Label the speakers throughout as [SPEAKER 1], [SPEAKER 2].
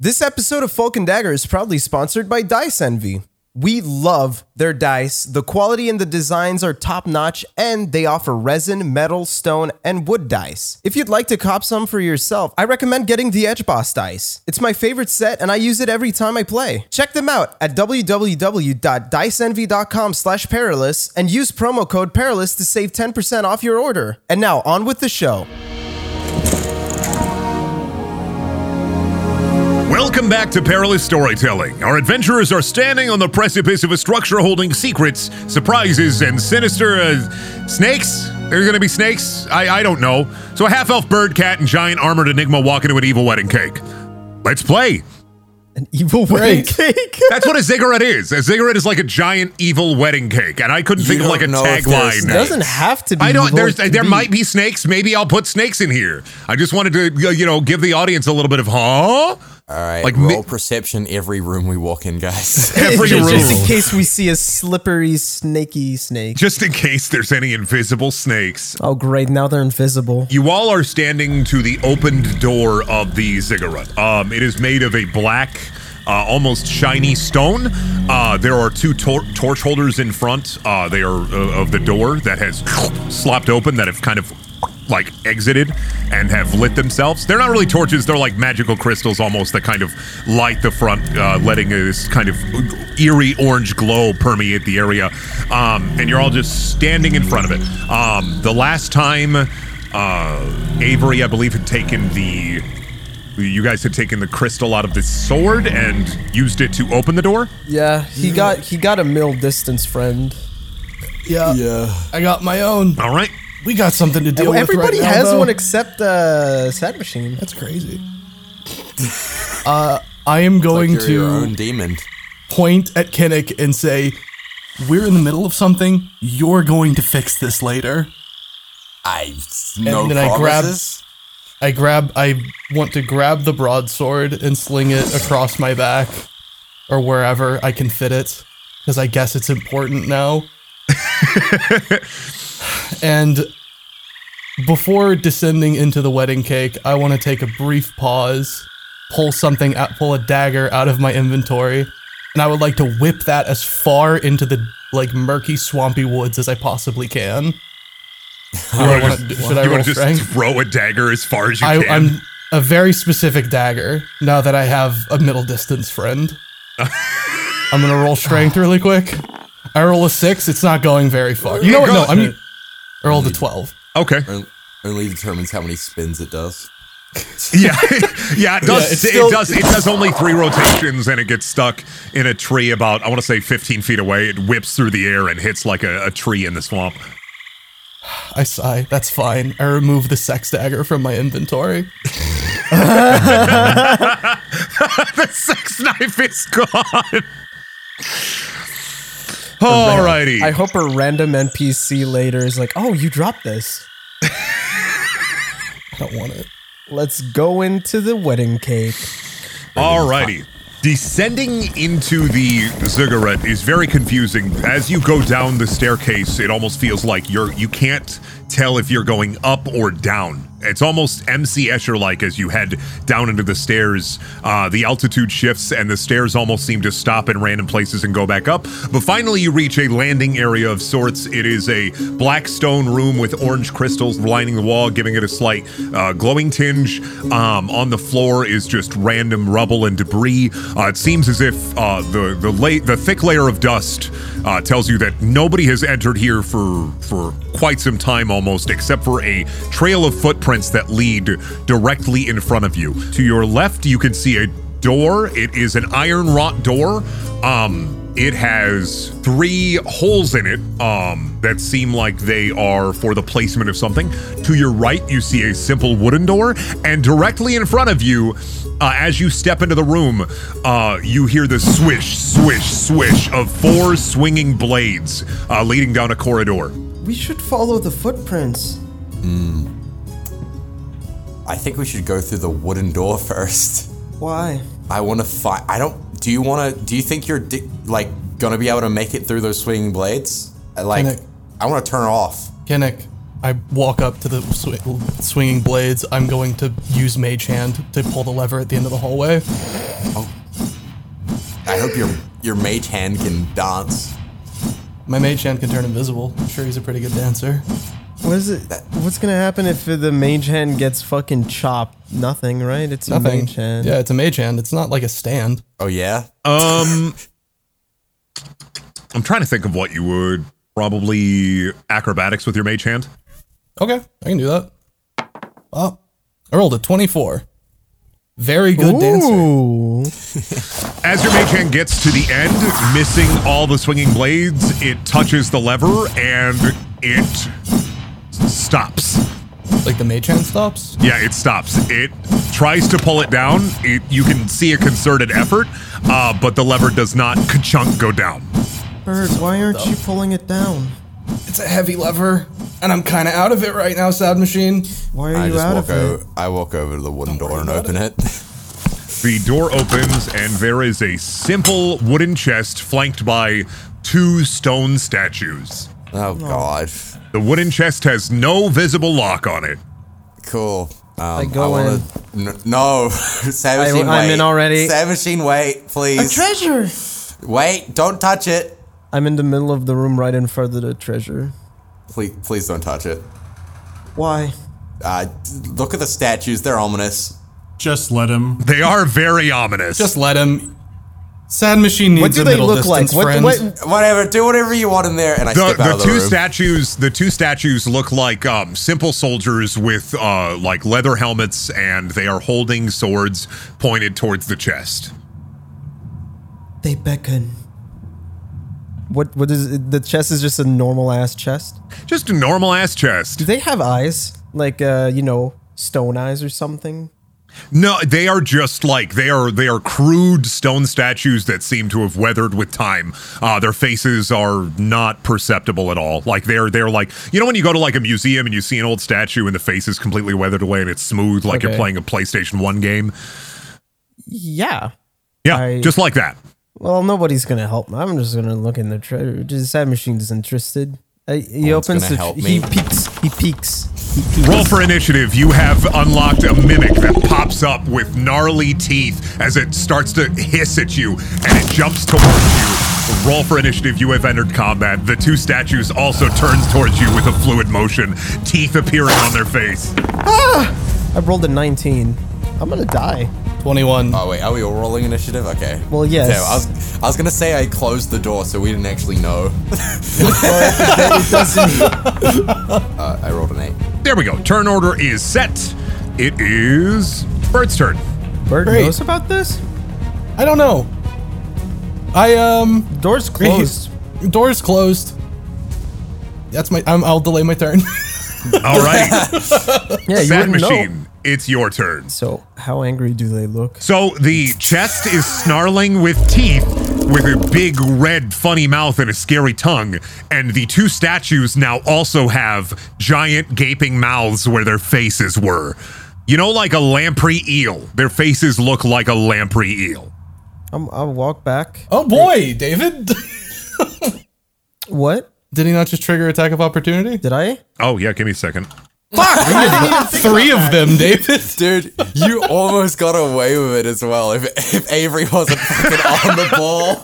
[SPEAKER 1] This episode of Folk and Dagger is proudly sponsored by Dice Envy. We love their dice. The quality and the designs are top notch, and they offer resin, metal, stone, and wood dice. If you'd like to cop some for yourself, I recommend getting the Edge Boss dice. It's my favorite set, and I use it every time I play. Check them out at www.diceenvy.com slash perilous and use promo code perilous to save 10% off your order. And now, on with the show.
[SPEAKER 2] Welcome back to Perilous Storytelling. Our adventurers are standing on the precipice of a structure holding secrets, surprises, and sinister uh, snakes. There's going to be snakes? I, I don't know. So a half elf bird cat and giant armored enigma walk into an evil wedding cake. Let's play.
[SPEAKER 1] An evil wedding cake?
[SPEAKER 2] That's what a ziggurat is. A ziggurat is like a giant evil wedding cake, and I couldn't think of
[SPEAKER 3] don't
[SPEAKER 2] like a
[SPEAKER 3] know if there's
[SPEAKER 2] tagline.
[SPEAKER 3] snakes.
[SPEAKER 1] doesn't have to be.
[SPEAKER 2] I don't.
[SPEAKER 1] evil,
[SPEAKER 2] There's,
[SPEAKER 1] it could
[SPEAKER 2] there
[SPEAKER 1] be-
[SPEAKER 2] might be snakes. Maybe I'll put snakes in here. I just wanted to, you know, give the audience a little bit of huh.
[SPEAKER 3] All right,
[SPEAKER 2] Like
[SPEAKER 3] like
[SPEAKER 2] mi-
[SPEAKER 3] roll perception every room we walk in, guys.
[SPEAKER 2] Every
[SPEAKER 1] just,
[SPEAKER 2] room.
[SPEAKER 1] just in case we see a slippery, snaky snake.
[SPEAKER 2] just in case there's any invisible snakes.
[SPEAKER 1] Oh, great! Now they're invisible.
[SPEAKER 2] You all are standing to the opened door of the ziggurat. Um, it is made of a black, uh, almost shiny stone. Uh, there are two tor- torch holders in front. Uh, they are uh, of the door that has slopped open, that have kind of like exited and have lit themselves. They're not really torches, they're like magical crystals almost that kind of light the front, uh, letting this kind of eerie orange glow permeate the area. Um, and you're all just standing in front of it. Um, the last time uh, Avery, I believe, had taken the. You guys had taken the crystal out of the sword and used it to open the door.
[SPEAKER 1] Yeah, he got he got a mill distance friend.
[SPEAKER 4] Yeah,
[SPEAKER 3] yeah.
[SPEAKER 4] I got my own.
[SPEAKER 2] All right.
[SPEAKER 4] We got something to deal with.
[SPEAKER 1] Everybody
[SPEAKER 4] right now,
[SPEAKER 1] has
[SPEAKER 4] though.
[SPEAKER 1] one except uh, Sad Machine.
[SPEAKER 4] That's crazy. uh, I am going
[SPEAKER 3] You're your own
[SPEAKER 4] to
[SPEAKER 3] demon.
[SPEAKER 4] point at Kinnick and say, "We're in the middle of something. You're going to fix this later."
[SPEAKER 3] I no
[SPEAKER 4] then I grab-
[SPEAKER 3] promises.
[SPEAKER 4] I grab. I want to grab the broadsword and sling it across my back, or wherever I can fit it, because I guess it's important now. and before descending into the wedding cake, I want to take a brief pause, pull something out, pull a dagger out of my inventory, and I would like to whip that as far into the like murky, swampy woods as I possibly can. Do I wanna- should I
[SPEAKER 2] you
[SPEAKER 4] roll
[SPEAKER 2] to just
[SPEAKER 4] strength?
[SPEAKER 2] throw a dagger as far as you
[SPEAKER 4] I,
[SPEAKER 2] can?
[SPEAKER 4] I'm a very specific dagger now that I have a middle distance friend. I'm gonna roll strength really quick. I roll a six. It's not going very far. You know what? No, I mean, I rolled a twelve.
[SPEAKER 2] okay.
[SPEAKER 3] On- Only determines how many spins it does.
[SPEAKER 2] Yeah, yeah. It does.
[SPEAKER 4] Yeah, it's
[SPEAKER 2] it,
[SPEAKER 4] still-
[SPEAKER 2] does. It does only three rotations, and it gets stuck in a tree about I want to say 15 feet away. It whips through the air and hits like a, a tree in the swamp.
[SPEAKER 4] I sigh. That's fine. I remove the sex dagger from my inventory.
[SPEAKER 2] the sex knife is gone.
[SPEAKER 4] Oh,
[SPEAKER 2] Alrighty.
[SPEAKER 1] I hope a random NPC later is like, "Oh, you dropped this.
[SPEAKER 4] I don't want it.
[SPEAKER 1] Let's go into the wedding cake."
[SPEAKER 2] Alrighty. Descending into the ziggurat is very confusing. As you go down the staircase, it almost feels like you're you can't tell if you're going up or down. It's almost MC Escher like as you head down into the stairs. Uh, the altitude shifts and the stairs almost seem to stop in random places and go back up. But finally, you reach a landing area of sorts. It is a black stone room with orange crystals lining the wall, giving it a slight uh, glowing tinge. Um, on the floor is just random rubble and debris. Uh, it seems as if uh, the the, la- the thick layer of dust uh, tells you that nobody has entered here for for quite some time, almost, except for a trail of footprints that lead directly in front of you. To your left, you can see a door. It is an iron wrought door. Um, it has three holes in it um, that seem like they are for the placement of something. To your right, you see a simple wooden door, and directly in front of you, uh, as you step into the room, uh, you hear the swish, swish, swish of four swinging blades uh, leading down a corridor.
[SPEAKER 1] We should follow the footprints.
[SPEAKER 3] I think we should go through the wooden door first.
[SPEAKER 1] Why?
[SPEAKER 3] I want to fight. I don't. Do you want to? Do you think you're di- like gonna be able to make it through those swinging blades? I, Like,
[SPEAKER 4] Kinda-
[SPEAKER 3] I want to turn it off.
[SPEAKER 4] Kinnick, I walk up to the sw- swinging blades. I'm going to use Mage Hand to pull the lever at the end of the hallway.
[SPEAKER 3] I hope your your mage hand can dance.
[SPEAKER 4] My mage hand can turn invisible. I'm sure he's a pretty good dancer.
[SPEAKER 1] What is it? What's gonna happen if the mage hand gets fucking chopped? Nothing, right? It's a
[SPEAKER 4] Nothing.
[SPEAKER 1] mage hand.
[SPEAKER 4] Yeah, it's a mage hand. It's not like a stand.
[SPEAKER 3] Oh yeah.
[SPEAKER 2] Um, I'm trying to think of what you would probably acrobatics with your mage hand.
[SPEAKER 4] Okay, I can do that. Oh, I rolled a 24. Very good dancer.
[SPEAKER 1] Ooh.
[SPEAKER 2] As your mage hand gets to the end, missing all the swinging blades, it touches the lever and it stops.
[SPEAKER 4] Like the mage hand stops.
[SPEAKER 2] Yeah, it stops. It tries to pull it down. It, you can see a concerted effort, uh, but the lever does not ka-chunk go down.
[SPEAKER 1] Bird, why aren't you pulling it down?
[SPEAKER 4] It's a heavy lever, and I'm kind of out of it right now, Sad Machine.
[SPEAKER 1] Why are
[SPEAKER 3] I
[SPEAKER 1] you
[SPEAKER 3] just
[SPEAKER 1] out
[SPEAKER 3] walk
[SPEAKER 1] of it?
[SPEAKER 3] over. I walk over to the wooden door and open it.
[SPEAKER 2] The door opens, and there is a simple wooden chest flanked by two stone statues.
[SPEAKER 3] oh god.
[SPEAKER 2] The wooden chest has no visible lock on it.
[SPEAKER 3] Cool. Um, I
[SPEAKER 1] go
[SPEAKER 3] wanna- N- no, Sam
[SPEAKER 1] I-
[SPEAKER 3] Machine,
[SPEAKER 1] I'm
[SPEAKER 3] wait.
[SPEAKER 1] in already.
[SPEAKER 3] Sam Machine, wait, please.
[SPEAKER 1] treasure.
[SPEAKER 3] wait, don't touch it.
[SPEAKER 1] I'm in the middle of the room, right in front of the treasure.
[SPEAKER 3] Please, please don't touch it.
[SPEAKER 1] Why?
[SPEAKER 3] Uh, look at the statues; they're ominous.
[SPEAKER 5] Just let him.
[SPEAKER 2] They are very ominous.
[SPEAKER 4] Just let him. Sad Machine needs
[SPEAKER 1] What do
[SPEAKER 4] a
[SPEAKER 1] they
[SPEAKER 4] middle
[SPEAKER 1] look like?
[SPEAKER 4] distance
[SPEAKER 1] What,
[SPEAKER 4] friend.
[SPEAKER 1] what?
[SPEAKER 3] Whatever, do whatever you want in there, and I
[SPEAKER 2] the,
[SPEAKER 3] step out
[SPEAKER 2] the
[SPEAKER 3] of the
[SPEAKER 2] two
[SPEAKER 3] room.
[SPEAKER 2] statues the two statues look like um, simple soldiers with uh, like leather helmets and they are holding swords pointed towards the chest
[SPEAKER 1] They beckon. What? What is the chest? Is just a normal ass chest.
[SPEAKER 2] just a normal ass
[SPEAKER 1] Do
[SPEAKER 2] chest
[SPEAKER 1] they have eyes? Like, uh, you know, stone eyes or something?
[SPEAKER 2] no they are just like they are they are crude stone statues that seem to have weathered with time uh, their faces are not perceptible at all like they're they're like you know when you go to like a museum and you see an old statue and the face is completely weathered away and it's smooth like you're
[SPEAKER 4] Okay.
[SPEAKER 2] playing a playstation 1 game
[SPEAKER 1] Yeah.
[SPEAKER 2] yeah
[SPEAKER 1] I-
[SPEAKER 2] just like that
[SPEAKER 1] Well, nobody's gonna help me. I'm just gonna look in the treasure. Just Sad Machine's interested. Uh, he
[SPEAKER 3] one's
[SPEAKER 1] opens
[SPEAKER 3] gonna
[SPEAKER 1] the. tr-
[SPEAKER 3] help
[SPEAKER 1] he
[SPEAKER 3] me.
[SPEAKER 1] peeks. He peeks. He peeks.
[SPEAKER 2] Roll for initiative. You have unlocked a mimic that pops up with gnarly teeth as it starts to hiss at you and it jumps towards you. Roll for initiative. You have entered combat. The two statues also turns towards you with a fluid motion, teeth appearing on their face.
[SPEAKER 1] I rolled a 19. I'm gonna die.
[SPEAKER 4] 21.
[SPEAKER 3] Oh wait, are we all rolling initiative? Okay.
[SPEAKER 1] Well, yes.
[SPEAKER 3] Damn, I was, I was gonna say I closed the door, so we didn't actually know. uh, I rolled an eight.
[SPEAKER 2] There we go. Turn order is set. It is Bird's turn.
[SPEAKER 1] Bird
[SPEAKER 4] Great.
[SPEAKER 1] knows about this.
[SPEAKER 4] I don't know. I um
[SPEAKER 1] Door's closed.
[SPEAKER 4] doors closed. That's my. I'm, I'll delay my turn.
[SPEAKER 2] All right,
[SPEAKER 1] yeah, you
[SPEAKER 2] Sad
[SPEAKER 1] wouldn't know.
[SPEAKER 2] Machine, it's your turn.
[SPEAKER 1] So, how angry do they look?
[SPEAKER 2] So the chest is snarling with teeth, with a big red funny mouth and a scary tongue, and the two statues now also have giant gaping mouths where their faces were. You know, like a lamprey eel. Their faces look like a lamprey eel.
[SPEAKER 1] I'm, I'll walk back.
[SPEAKER 4] oh boy, David.
[SPEAKER 1] What?
[SPEAKER 4] Did he not just trigger attack of opportunity?
[SPEAKER 1] Did I?
[SPEAKER 2] Oh yeah, give me a second.
[SPEAKER 4] Three of them, David.
[SPEAKER 3] Dude, you almost got away with it as well. If, if Avery wasn't fucking on the ball,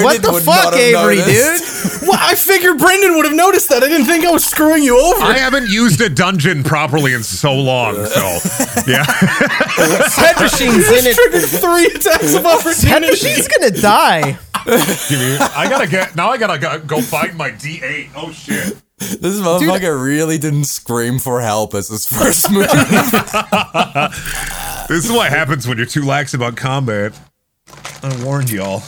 [SPEAKER 3] Brendan would not have noticed.
[SPEAKER 4] well, I figured Brendan would have noticed that. I didn't think I was screwing you over.
[SPEAKER 2] I haven't used a dungeon properly in so long, so yeah.
[SPEAKER 1] Sad Machine's in it.
[SPEAKER 4] triggered three attacks of
[SPEAKER 1] Sad Machine's gonna die.
[SPEAKER 2] I gotta get now. I gotta go- go find my D eight. Oh shit.
[SPEAKER 3] This motherfucker really didn't scream for help as his first move.
[SPEAKER 2] This is what happens when you're too lax about combat. I warned y'all.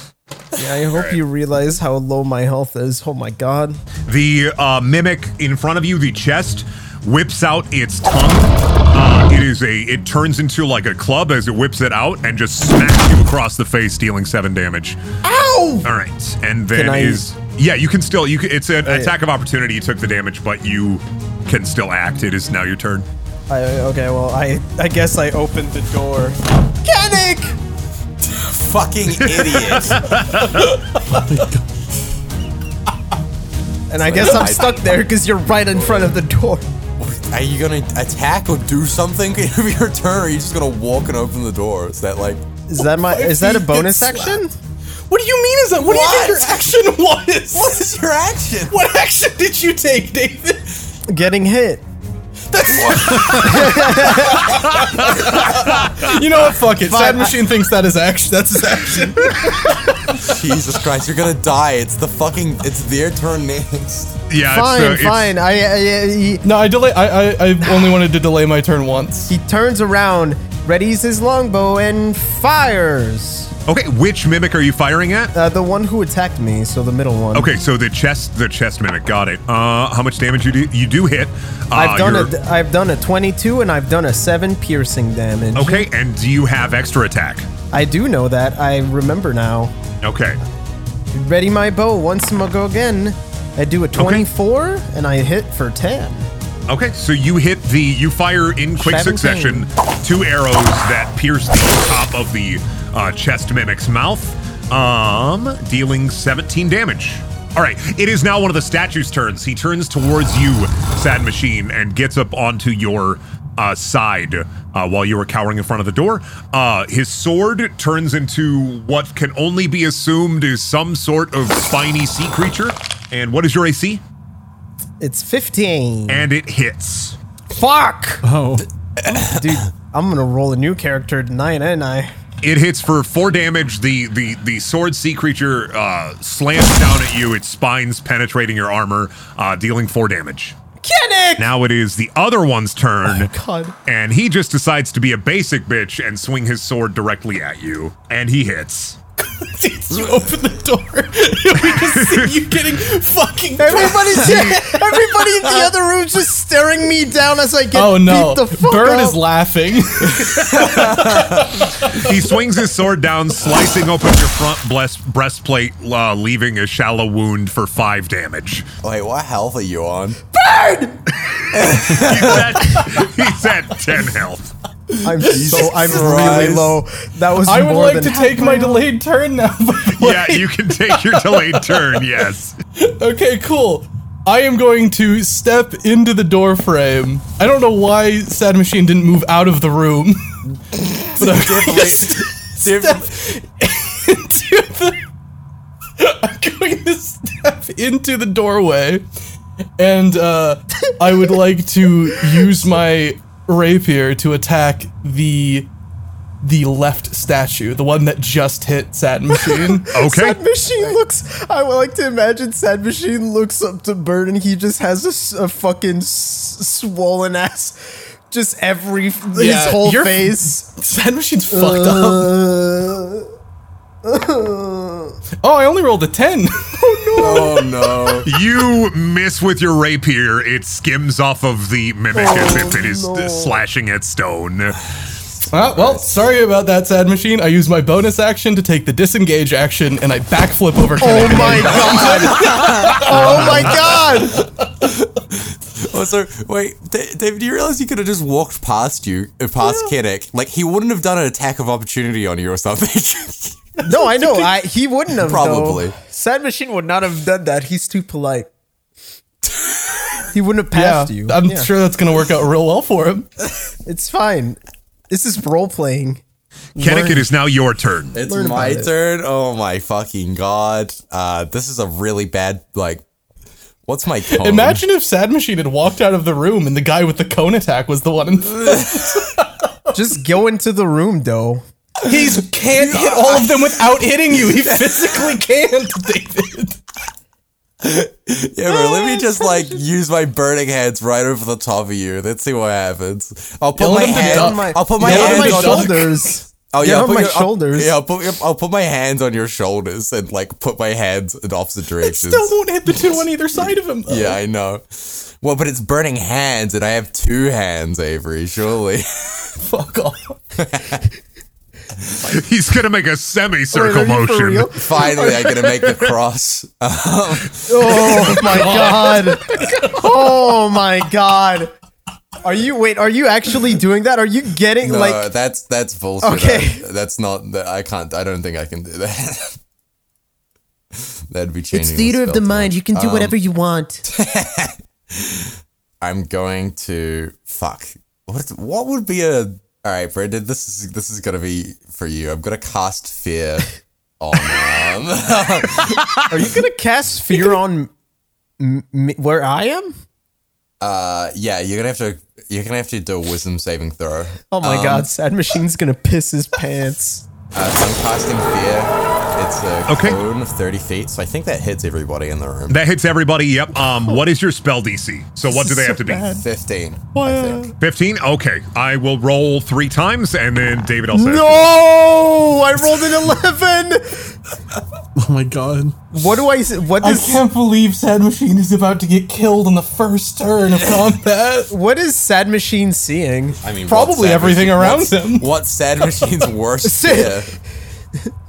[SPEAKER 1] Yeah, I hope you realize how low my health is. Oh my god.
[SPEAKER 2] The uh, mimic in front of you, the chest, whips out its tongue. Uh, it is a. It turns into like a club as it whips it out and just smacks you across the face, dealing seven damage. Ow! All right, and then
[SPEAKER 1] Can I- Oh,
[SPEAKER 2] is yeah. You can still you. Can, it's an attack of opportunity. You took the damage, but you can still act. It is now your turn.
[SPEAKER 1] I, okay, well, I I guess I opened the door. Panic!
[SPEAKER 3] fucking idiot.
[SPEAKER 1] And I guess I'm
[SPEAKER 3] I-
[SPEAKER 1] stuck there because you're right in front of the door.
[SPEAKER 3] Are you gonna attack or do something of your turn, or are you just gonna walk and open the door? Is that like?
[SPEAKER 1] Is that my? Is that a bonus
[SPEAKER 3] It's-
[SPEAKER 1] action?
[SPEAKER 4] What do you mean is that? What, do you think your action was?
[SPEAKER 3] What is your action?
[SPEAKER 4] What action did you take, David?
[SPEAKER 1] Getting hit.
[SPEAKER 4] You know what? Fuck it.
[SPEAKER 1] Fine,
[SPEAKER 4] Sad Machine thinks that is action. That's his action.
[SPEAKER 3] Jesus Christ, you're gonna die. It's the fucking. It's their turn next.
[SPEAKER 2] Yeah,
[SPEAKER 1] Fine,
[SPEAKER 2] it's the, it's-
[SPEAKER 1] fine. I, I, I he,
[SPEAKER 4] no, I delay. I, I I only wanted to delay my turn once.
[SPEAKER 1] he turns around, readies his longbow, and fires.
[SPEAKER 2] okay, which mimic are you firing at?
[SPEAKER 1] Uh, the one who attacked me, so the middle one.
[SPEAKER 2] Okay, so the chest, the chest mimic, got it. Uh, how much damage you do? You do hit. Uh,
[SPEAKER 1] I've done
[SPEAKER 2] you're-
[SPEAKER 1] a, I've done a 22 and I've done a seven piercing damage.
[SPEAKER 2] Okay, and do you have extra attack?
[SPEAKER 1] I do know that. I remember now.
[SPEAKER 2] Okay,
[SPEAKER 1] Ready my bow once more go again. I do a 24 and I hit for 10.
[SPEAKER 2] okay. So you hit the, you fire in quick
[SPEAKER 1] 17.
[SPEAKER 2] succession two arrows that pierce the top of the uh, chest mimic's mouth, um, dealing 17 damage. All right, it is now one of the statue's turns. He turns towards you, Sad Machine, and gets up onto your uh, side uh, while you were cowering in front of the door. Uh, his sword turns into what can only be assumed is some sort of spiny sea creature. And what is your AC?
[SPEAKER 1] It's 15.
[SPEAKER 2] and it hits.
[SPEAKER 1] Fuck!
[SPEAKER 5] Oh,
[SPEAKER 1] Dude, I'm gonna roll a new character tonight, ain't I?
[SPEAKER 2] It hits for four damage. The the the sword sea creature uh, slams down at you. Its spines penetrating your armor, uh, dealing four damage.
[SPEAKER 1] Get it!
[SPEAKER 2] Now it is the other one's turn,
[SPEAKER 4] God.
[SPEAKER 2] and he just decides to be a basic bitch and swing his sword directly at you, and he hits.
[SPEAKER 4] you open the door. we just see you getting fucking.
[SPEAKER 1] Everybody's everybody in the other room's just staring me down as I get
[SPEAKER 4] Oh no!
[SPEAKER 1] beat the fuck
[SPEAKER 4] Bird
[SPEAKER 1] up.
[SPEAKER 4] is laughing.
[SPEAKER 2] He swings his sword down, slicing open your front breast breastplate, uh, leaving a shallow wound for five damage.
[SPEAKER 3] Wait, what health are you on?
[SPEAKER 2] He's at, he's at ten health.
[SPEAKER 1] I'm so I'm really
[SPEAKER 3] Christ.
[SPEAKER 1] low. That was
[SPEAKER 4] I would
[SPEAKER 1] more
[SPEAKER 4] like
[SPEAKER 1] than
[SPEAKER 4] to take my delayed turn now. by the way.
[SPEAKER 2] Yeah, you can take your delayed turn. Yes.
[SPEAKER 4] Okay, cool. I am going to step into the door frame. I don't know why Sad Machine didn't move out of the room. so I just
[SPEAKER 3] Div-
[SPEAKER 4] into the. I'm going to step into the doorway, and uh, I would like to use my rapier to attack the the left statue, the one that just hit Sad Machine.
[SPEAKER 2] Okay.
[SPEAKER 1] Sad Machine looks. I would like to imagine Sad Machine looks up to Bird and he just has a s- a, fucking s- swollen ass. Just every. his
[SPEAKER 4] Yeah,
[SPEAKER 1] whole
[SPEAKER 4] you're-
[SPEAKER 1] face.
[SPEAKER 4] Sad Machine's fucked up.
[SPEAKER 1] Uh,
[SPEAKER 4] Oh, I only rolled a 10.
[SPEAKER 3] oh no.
[SPEAKER 2] You miss with your rapier. It skims off of the mimic as if
[SPEAKER 1] Oh,
[SPEAKER 2] it is slashing at stone.
[SPEAKER 4] well, well, sorry about that, Sad Machine. I use my bonus action to take the disengage action and I backflip over
[SPEAKER 1] oh
[SPEAKER 4] Kennedy.
[SPEAKER 1] my god! oh my god!
[SPEAKER 3] Oh, so wait, Da- David, do you realize he could have just walked past you, uh, past Kinnick? Like he wouldn't have done an attack of opportunity on you or something.
[SPEAKER 1] No, I know. I, he wouldn't have. though.
[SPEAKER 3] Probably.
[SPEAKER 1] Sad Machine would not have done that. He's too polite. He wouldn't have
[SPEAKER 4] Yeah,
[SPEAKER 1] passed you.
[SPEAKER 4] I'm
[SPEAKER 1] Yeah.
[SPEAKER 4] sure that's going to work out real well for him.
[SPEAKER 1] It's fine. This is role playing.
[SPEAKER 2] Kennick, it is now your turn.
[SPEAKER 3] It's
[SPEAKER 1] Learn about
[SPEAKER 3] my
[SPEAKER 1] it.
[SPEAKER 3] turn. Oh my fucking god. Uh, this is a really bad like. What's my cone?
[SPEAKER 4] Imagine if Sad Machine had walked out of the room and the guy with the cone attack was the one. In-
[SPEAKER 1] Just go into the room, though.
[SPEAKER 4] he can't hit all of them without hitting you. He physically can't, David.
[SPEAKER 3] Yeah, bro, let me just like use my burning hands right over the top of you. Let's see what happens. I'll put
[SPEAKER 4] Yell
[SPEAKER 3] my
[SPEAKER 4] at him to
[SPEAKER 3] hand.
[SPEAKER 4] duck.
[SPEAKER 1] on my,
[SPEAKER 3] Uh, I'll put my
[SPEAKER 1] get
[SPEAKER 4] Yell at
[SPEAKER 1] on
[SPEAKER 3] hand
[SPEAKER 1] my
[SPEAKER 4] him
[SPEAKER 3] on
[SPEAKER 4] to duck.
[SPEAKER 1] shoulders.
[SPEAKER 3] Oh
[SPEAKER 1] Get
[SPEAKER 3] yeah, I'll
[SPEAKER 1] on
[SPEAKER 3] put
[SPEAKER 1] my
[SPEAKER 3] your- I'll-
[SPEAKER 1] shoulders.
[SPEAKER 3] yeah, I'll put, I'll put my hands on your shoulders and like put my hands in opposite directions.
[SPEAKER 4] Still won't hit the two on either side of him. though.
[SPEAKER 3] Yeah, I know. Well, but it's burning hands, and I have two hands, Avery. Surely.
[SPEAKER 4] Fuck off.
[SPEAKER 2] He's going to make a semicircle
[SPEAKER 1] Wait, are you for
[SPEAKER 2] motion.
[SPEAKER 1] real?
[SPEAKER 3] Finally, I'm gonna make the cross.
[SPEAKER 1] Oh my god. Oh my god. Are you wait, are you actually doing that? Are you getting
[SPEAKER 3] No,
[SPEAKER 1] like
[SPEAKER 3] that's that's bullshit.
[SPEAKER 1] Okay.
[SPEAKER 3] I- that's not. that- I can't. I don't think I can do that. That'd be changing. spell to-
[SPEAKER 1] You can do whatever you want.
[SPEAKER 3] I'm going to fuck. What what would be a all right, Brendan? This is this is gonna be for you. I'm gonna cast fear on. Um,
[SPEAKER 1] Are you gonna cast fear on m- m- where I am?
[SPEAKER 3] uh, yeah, you're gonna have to you're gonna have to do a wisdom saving throw.
[SPEAKER 1] Oh my god, Sad Machine's gonna piss his pants.
[SPEAKER 3] Uh, so I'm casting fear. It's a
[SPEAKER 2] Okay.
[SPEAKER 3] cone of thirty feet, so I think that hits everybody in the room.
[SPEAKER 2] That hits everybody. Yep. Um, what is your spell DC? So what do
[SPEAKER 1] is
[SPEAKER 2] they
[SPEAKER 1] so
[SPEAKER 2] have to
[SPEAKER 1] bad.
[SPEAKER 3] Fifteen. I
[SPEAKER 1] Wow.
[SPEAKER 3] think.
[SPEAKER 2] be? Fifteen. Okay. I will roll three times, and then David. I'll say
[SPEAKER 1] No, I rolled an eleven.
[SPEAKER 4] Oh my god.
[SPEAKER 1] What do I? s- What
[SPEAKER 4] I
[SPEAKER 1] does?
[SPEAKER 4] can't believe Sad Machine is about to get killed on the first turn of combat.
[SPEAKER 1] What is Sad Machine seeing?
[SPEAKER 3] I mean,
[SPEAKER 4] Probably
[SPEAKER 3] what's sad
[SPEAKER 4] everything around
[SPEAKER 3] what's-
[SPEAKER 4] him.
[SPEAKER 3] What's sad machine's worst
[SPEAKER 1] Sit.
[SPEAKER 3] fear?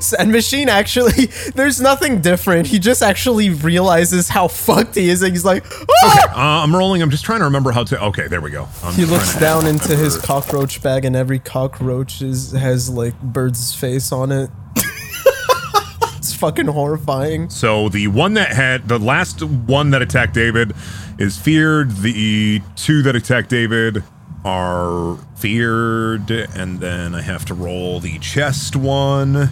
[SPEAKER 1] Sad Machine actually, there's nothing different. He just actually realizes how fucked he is, and he's like, "Ah!"
[SPEAKER 2] Uh, I'm rolling. I'm just trying to remember how to. Okay, there we go. I'm
[SPEAKER 1] He
[SPEAKER 2] trying
[SPEAKER 1] looks
[SPEAKER 2] to-
[SPEAKER 1] down into his cockroach bag, and every cockroach is, has like bird's face on it. it's fucking horrifying.
[SPEAKER 2] So the one that had the last one that attacked David is feared. The two that attacked David are feared, and then I have to roll the chest one.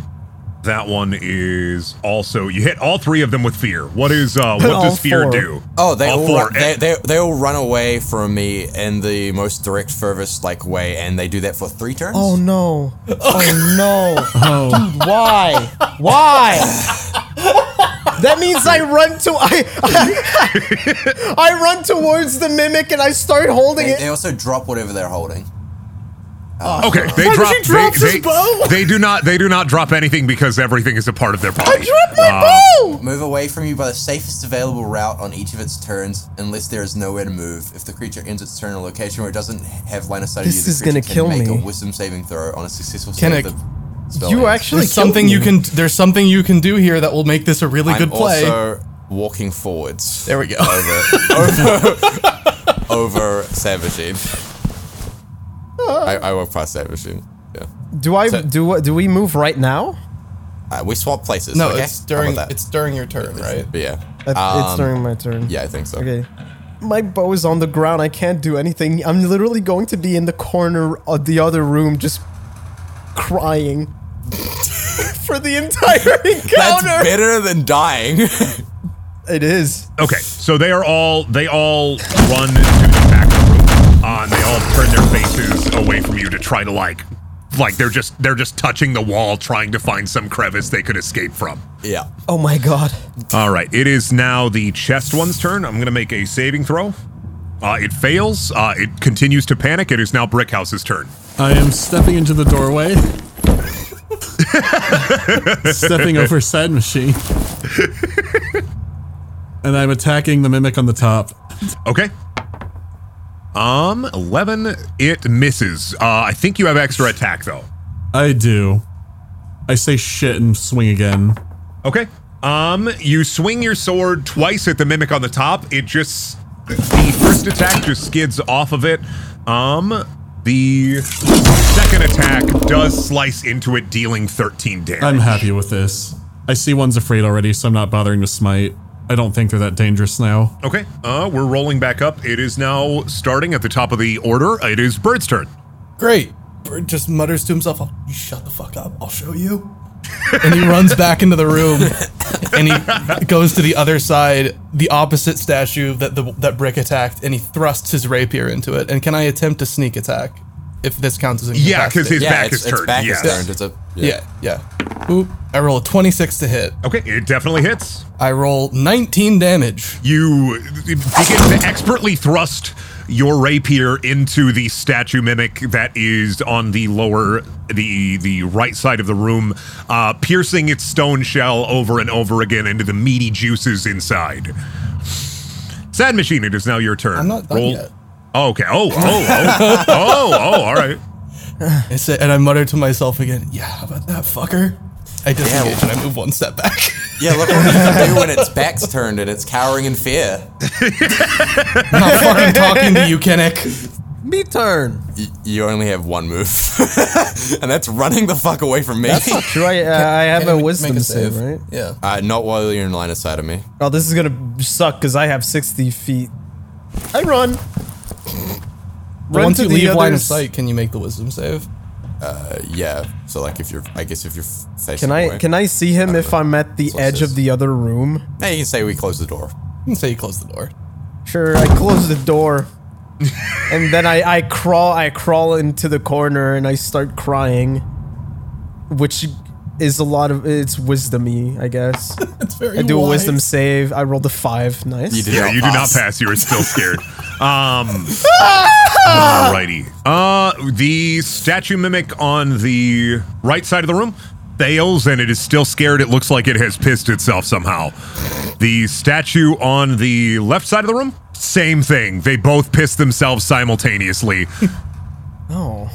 [SPEAKER 2] That one is also you hit all three of them with fear. What is uh what
[SPEAKER 1] All
[SPEAKER 2] does fear
[SPEAKER 1] four.
[SPEAKER 2] do?
[SPEAKER 3] Oh, they all,
[SPEAKER 2] four.
[SPEAKER 3] run, they, they, they all run away from me in the most direct, furthest like way, and they do that for three turns.
[SPEAKER 1] Oh no! Oh no! Dude, why? Why? that means I run to I, I run towards the mimic and I start holding
[SPEAKER 3] they,
[SPEAKER 1] it.
[SPEAKER 3] they also drop whatever they're holding.
[SPEAKER 2] Okay, they
[SPEAKER 1] Why did
[SPEAKER 2] drop.
[SPEAKER 1] you drop
[SPEAKER 2] they,
[SPEAKER 1] this
[SPEAKER 2] they-
[SPEAKER 1] bow?
[SPEAKER 2] they do not. They do not drop anything because everything is a part of their body. Uh,
[SPEAKER 1] I dropped
[SPEAKER 2] Ah.
[SPEAKER 1] my bow.
[SPEAKER 3] Move away from you by the safest available route on each of its turns, unless there is nowhere to move. If the creature ends its turn in a location where it doesn't have line of sight, of
[SPEAKER 1] This
[SPEAKER 3] you, the
[SPEAKER 1] is gonna
[SPEAKER 3] creature can
[SPEAKER 1] kill
[SPEAKER 3] make
[SPEAKER 1] me.
[SPEAKER 3] a wisdom saving throw on a successful
[SPEAKER 4] Can
[SPEAKER 3] save.
[SPEAKER 4] it-
[SPEAKER 3] the spell
[SPEAKER 1] You
[SPEAKER 3] ends.
[SPEAKER 1] actually
[SPEAKER 4] There's something you can there's something you can do here that will make this a really
[SPEAKER 3] I'm
[SPEAKER 4] good play.
[SPEAKER 3] also walking forwards.
[SPEAKER 4] There we go.
[SPEAKER 3] Over, over, over Savagine. I, I walk past Savagine. Yeah.
[SPEAKER 1] Do I
[SPEAKER 3] So-
[SPEAKER 1] do what? Do we move right now?
[SPEAKER 3] Uh, we swap places.
[SPEAKER 4] no,
[SPEAKER 3] okay? How
[SPEAKER 4] it's
[SPEAKER 3] about
[SPEAKER 4] during
[SPEAKER 3] that?
[SPEAKER 4] it's during your turn, right?
[SPEAKER 3] But yeah.
[SPEAKER 1] I- it's
[SPEAKER 3] Um,
[SPEAKER 1] during my turn.
[SPEAKER 3] Yeah, I think so.
[SPEAKER 1] Okay. My bow is on the ground. I can't do anything. I'm literally going to be in the corner of the other room, just crying for the entire
[SPEAKER 3] That's
[SPEAKER 1] encounter.
[SPEAKER 3] better than dying.
[SPEAKER 1] it is.
[SPEAKER 2] Okay, so they are all they all run to the back of the room. Uh, and they all turn their faces away from you to try to like like they're just they're just touching the wall trying to find some crevice they could escape from.
[SPEAKER 3] yeah.
[SPEAKER 1] Oh my god.
[SPEAKER 2] All right, it is now the chest one's turn. I'm going to make a saving throw. Uh, it fails. Uh, it continues to panic. It is now Brickhouse's turn.
[SPEAKER 5] I am stepping into the doorway. stepping over said machine. and I'm attacking the mimic on the top.
[SPEAKER 2] Okay. Um, 11 it misses. Uh, I think you have extra attack though.
[SPEAKER 5] I do. I say shit and swing again.
[SPEAKER 2] Okay. Um, you swing your sword twice at the mimic on the top. It just the first attack just skids off of it. Um, the second attack does slice into it, dealing 13 damage.
[SPEAKER 5] I'm happy with this. I see one's afraid already, so I'm not bothering to smite. I don't think they're that dangerous now.
[SPEAKER 2] okay. Uh, we're rolling back up. It is now starting at the top of the order. It is Bird's turn.
[SPEAKER 4] Great. Bird just mutters to himself, "Oh, "You shut the fuck up. I'll show you." and he runs back into the room, and he goes to the other side, the opposite statue that the that brick attacked, and he thrusts his rapier into it. And can I attempt a sneak attack if this counts as
[SPEAKER 2] Yeah, 'cause his-
[SPEAKER 4] incapacitated?
[SPEAKER 3] Yeah,
[SPEAKER 2] back
[SPEAKER 3] it's,
[SPEAKER 2] is
[SPEAKER 3] it's
[SPEAKER 2] turned,
[SPEAKER 3] back
[SPEAKER 2] yes.
[SPEAKER 3] is turned. It's a,
[SPEAKER 4] yeah, yeah. Oop! I roll a twenty-six to hit.
[SPEAKER 2] Okay, it definitely hits.
[SPEAKER 4] I roll nineteen damage.
[SPEAKER 2] You begin to expertly thrust your rapier into the statue mimic that is on the lower, the the right side of the room, uh, piercing its stone shell over and over again into the meaty juices inside. Sad machine, it is now your turn.
[SPEAKER 4] I'm not done yet.
[SPEAKER 2] Oh, okay. Oh, oh, oh, oh, oh. All right.
[SPEAKER 4] I say, and I mutter to myself again, "Yeah, how about that fucker?" I disengage and I move one step back.
[SPEAKER 3] Yeah, look what you can do when its back's turned and it's cowering in fear.
[SPEAKER 4] I'm not fucking talking to you, Kinnick.
[SPEAKER 1] Me turn.
[SPEAKER 3] Y- you only have one move, and that's running the fuck away from me.
[SPEAKER 1] Sure, I, uh, I have a
[SPEAKER 4] Make- make
[SPEAKER 1] wisdom save, right?
[SPEAKER 4] Yeah.
[SPEAKER 3] Uh, not while you're in line of sight of me.
[SPEAKER 1] Oh, this is gonna suck because I have 60 feet. I run.
[SPEAKER 4] But once
[SPEAKER 1] to
[SPEAKER 4] you
[SPEAKER 1] the
[SPEAKER 4] leave line of
[SPEAKER 1] others.
[SPEAKER 4] sight, can you make the wisdom save?
[SPEAKER 3] Yeah. So like if you're, I guess if you're facing
[SPEAKER 1] Can I
[SPEAKER 3] away-
[SPEAKER 1] can I see him if I'm at the
[SPEAKER 3] what it
[SPEAKER 1] edge
[SPEAKER 3] says.
[SPEAKER 1] of the other room?
[SPEAKER 3] Yeah, you can say we close the door.
[SPEAKER 4] You can say you close the door.
[SPEAKER 1] Sure, I close the door. and then I, I crawl I crawl into the corner and I start crying. Which is a lot of it's wisdomy, I guess.
[SPEAKER 4] It's very
[SPEAKER 1] I do a
[SPEAKER 4] wise.
[SPEAKER 1] wisdom save. I rolled a five. Nice.
[SPEAKER 3] You did
[SPEAKER 2] Yeah,
[SPEAKER 3] not
[SPEAKER 2] you do not
[SPEAKER 3] pass.
[SPEAKER 2] pass. You are still scared. Um, alrighty. Uh, the statue mimic on the right side of the room fails, and it is still scared. It looks like it has pissed itself somehow. The statue on the left side of the room, same thing. They both piss themselves simultaneously.
[SPEAKER 1] Oh,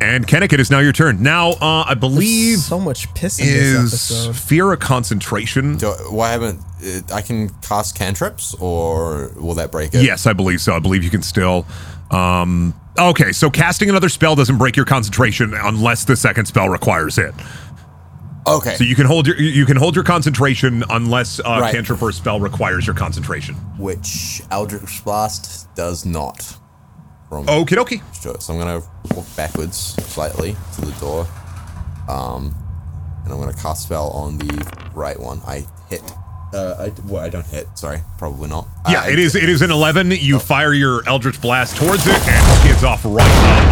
[SPEAKER 2] and Kennick, it is now your turn. Now, uh, I believe
[SPEAKER 1] so much piss in this
[SPEAKER 2] is
[SPEAKER 1] episode.
[SPEAKER 2] fear a concentration.
[SPEAKER 3] Do, why haven't uh, I can cast cantrips or will that break it?
[SPEAKER 2] Yes, I believe so. I believe you can still. Um, okay, so casting another spell doesn't break your concentration unless the second spell requires it.
[SPEAKER 3] Okay.
[SPEAKER 2] So you can hold your you can hold your concentration unless uh,
[SPEAKER 3] Right.
[SPEAKER 2] cantrip or spell requires your concentration.
[SPEAKER 3] Which Eldritch Blast does not. From
[SPEAKER 2] Okie dokie.
[SPEAKER 3] Sure, So I'm gonna walk backwards slightly to the door, um, and I'm gonna cast spell on the right one. I hit. Uh, I well, I don't hit. Sorry, probably not.
[SPEAKER 2] Yeah,
[SPEAKER 3] I-
[SPEAKER 2] it is. It is an eleven. You fire your eldritch blast towards it and skids off right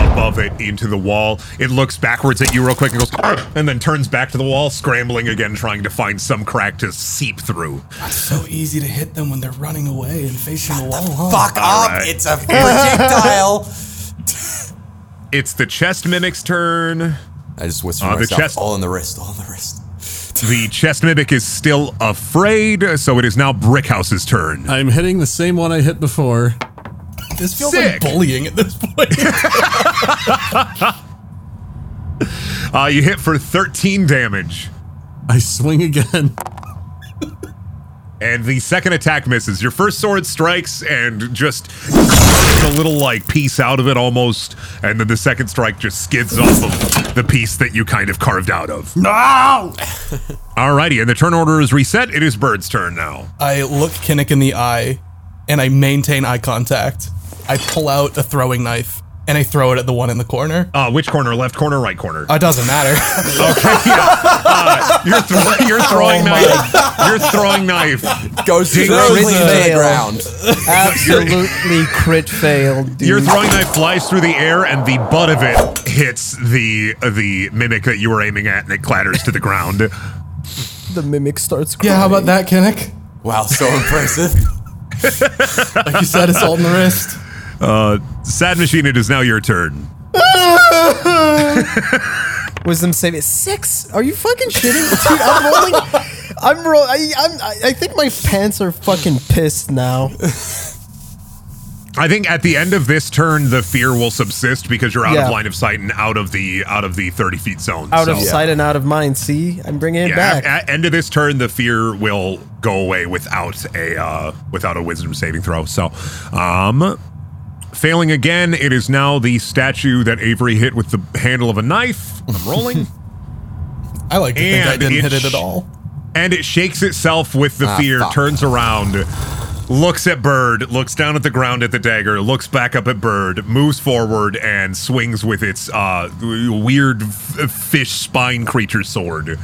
[SPEAKER 2] up above it into the wall. It looks backwards at you real quick and goes, "Argh," and then turns back to the wall, scrambling again, trying to find some crack to seep through.
[SPEAKER 4] So easy to hit them when they're running away and facing the wall. huh?
[SPEAKER 3] Fuck up!
[SPEAKER 2] right.
[SPEAKER 3] It's a projectile.
[SPEAKER 2] It's the chest mimic's turn.
[SPEAKER 3] I just whispered
[SPEAKER 2] Uh,
[SPEAKER 3] to
[SPEAKER 2] the
[SPEAKER 3] myself.
[SPEAKER 2] chest-
[SPEAKER 3] All in the wrist. All in the wrist.
[SPEAKER 2] The chest mimic is still afraid, so it is now Brickhouse's turn.
[SPEAKER 5] I'm hitting the same one I hit before.
[SPEAKER 4] This feels
[SPEAKER 2] Sick.
[SPEAKER 4] like bullying at this point.
[SPEAKER 2] Uh, you hit for 13 damage,
[SPEAKER 5] I swing again.
[SPEAKER 2] and the second attack misses. Your first sword strikes and just carves a little like piece out of it almost, and then the second strike just skids off of the piece that you kind of carved out of. No! Alrighty, and the turn order is reset. It is Bird's turn now.
[SPEAKER 4] I look Kinnick in the eye and I maintain eye contact. I pull out a throwing knife and I throw it at the one in the corner. Uh,
[SPEAKER 2] Uh, which corner? Left corner, right corner?
[SPEAKER 4] It doesn't matter.
[SPEAKER 2] okay, yeah. Uh, your, thro- your throwing knife. Your throwing knife
[SPEAKER 3] Goes
[SPEAKER 2] Ding,
[SPEAKER 3] directly
[SPEAKER 1] ding,
[SPEAKER 3] to the
[SPEAKER 1] ding.
[SPEAKER 3] ground.
[SPEAKER 1] Absolutely crit fail, dude.
[SPEAKER 2] Your throwing knife flies through the air, and the butt of it hits the uh, the mimic that you were aiming at, and it clatters to the ground.
[SPEAKER 1] the mimic starts crying.
[SPEAKER 4] yeah, how about that, Kinnick?
[SPEAKER 3] Wow, so impressive.
[SPEAKER 4] Like you said, assault in the wrist.
[SPEAKER 2] Uh, Sad machine, it is now your turn.
[SPEAKER 1] Wisdom save it six. Are you fucking shitting, dude? I'm rolling. I'm roll. I, I'm. I I think my pants are fucking pissed now.
[SPEAKER 2] I think at the end of this turn, the fear will subsist because you're out
[SPEAKER 1] Yeah.
[SPEAKER 2] of line of sight and out of the out of the thirty feet zone.
[SPEAKER 1] Out of
[SPEAKER 2] So,
[SPEAKER 1] sight and out of mind. See, I'm bringing it
[SPEAKER 2] yeah,
[SPEAKER 1] back.
[SPEAKER 2] at, at end of this turn, the fear will go away without a uh, without a wisdom saving throw. So, um, failing again, it is now the statue that Avery hit with the handle of a knife. I'm rolling.
[SPEAKER 4] I like to think I
[SPEAKER 2] And
[SPEAKER 4] didn't
[SPEAKER 2] it
[SPEAKER 4] hit it
[SPEAKER 2] sh-
[SPEAKER 4] at all.
[SPEAKER 2] and it shakes itself with the
[SPEAKER 3] Ah,
[SPEAKER 2] fear,
[SPEAKER 3] fuck.
[SPEAKER 2] turns around, looks at Bird, looks down at the ground at the dagger, looks back up at Bird, moves forward, and swings with its uh, w- weird f- fish spine creature sword.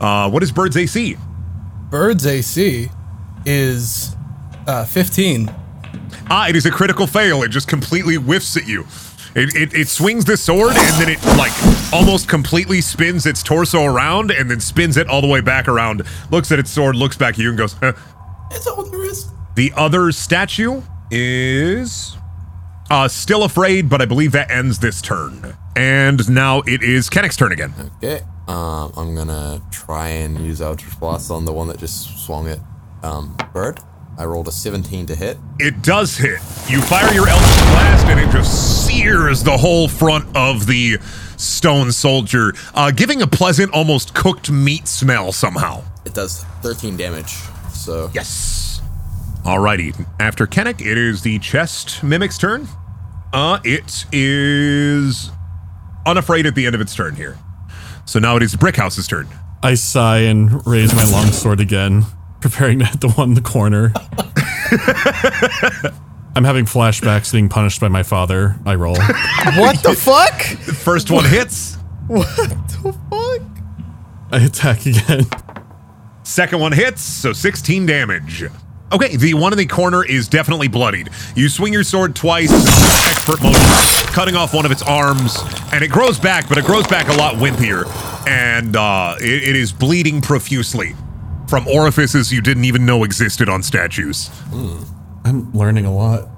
[SPEAKER 2] Uh, what is Bird's AC?
[SPEAKER 4] Bird's AC is uh, 15.
[SPEAKER 2] Ah, it is a critical fail. It just completely whiffs at you. It, it, it swings the sword and then it like almost completely spins its torso around and then spins it all the way back around. Looks at its sword, looks back at you, and goes, huh.
[SPEAKER 4] It's on the wrist.
[SPEAKER 2] The other statue is uh, still afraid, but I believe that ends this turn. And now it is Kennick's turn again.
[SPEAKER 3] Okay. Um, I'm gonna try and use Eldritch Blast on the one that just swung it. Um, bird. I rolled a 17 to hit.
[SPEAKER 2] It does hit. You fire your Eldritch Blast, and it just sears the whole front of the stone soldier, uh, giving a pleasant, almost cooked meat smell somehow.
[SPEAKER 3] It does 13 damage. So
[SPEAKER 2] Yes. Alrighty. After Kennick, it is the chest mimic's turn. Uh, it is unafraid at the end of its turn here. So now it is Brickhouse's turn.
[SPEAKER 5] I sigh and raise my longsword again, preparing to hit the one in the corner. I'm having flashbacks being punished by my father. I roll.
[SPEAKER 1] What the fuck?
[SPEAKER 2] The first one hits,
[SPEAKER 5] I attack again.
[SPEAKER 2] second one hits, so 16 damage. Okay, the one in the corner is definitely bloodied. You swing your sword twice, expert motion, cutting off one of its arms, and it grows back, but it grows back a lot wimpier, and uh, it- it is bleeding profusely from orifices you didn't even know existed on statues.
[SPEAKER 5] I'm learning a lot.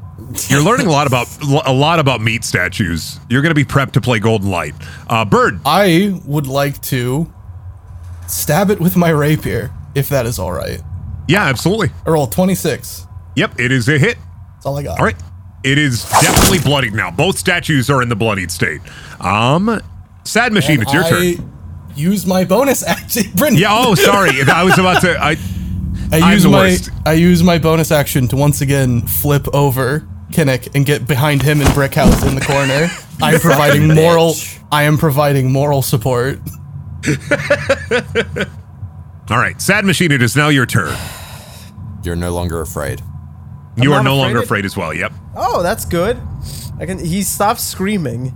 [SPEAKER 2] You're learning a lot about a lot about meat statues. You're going to be prepped to play Golden Light. Uh, Bird,
[SPEAKER 4] I would like to stab it with my rapier, if that is all right.
[SPEAKER 2] yeah, absolutely.
[SPEAKER 4] I roll 26.
[SPEAKER 2] Yep, it is a hit.
[SPEAKER 4] That's all I got.
[SPEAKER 2] All right, it is definitely bloodied now. Both statues are in the bloodied state. Um, sad machine, it's your
[SPEAKER 4] I
[SPEAKER 2] turn.
[SPEAKER 4] Use my bonus action, Brittany.
[SPEAKER 2] Yeah. Oh, sorry. I was about to. I I'm
[SPEAKER 4] I use
[SPEAKER 2] the
[SPEAKER 4] my
[SPEAKER 2] worst.
[SPEAKER 4] I use my bonus action to once again flip over Kinnick and get behind him and Brickhouse in the corner. I'm providing moral.
[SPEAKER 3] bitch.
[SPEAKER 4] I am providing moral support.
[SPEAKER 2] all right. Sad machine, it is now your turn.
[SPEAKER 3] You're no longer afraid.
[SPEAKER 2] You
[SPEAKER 1] I'm
[SPEAKER 2] are
[SPEAKER 1] not
[SPEAKER 2] no longer
[SPEAKER 1] afraid
[SPEAKER 2] afraid as well. Yep.
[SPEAKER 1] Oh, that's good. I can. He stops screaming.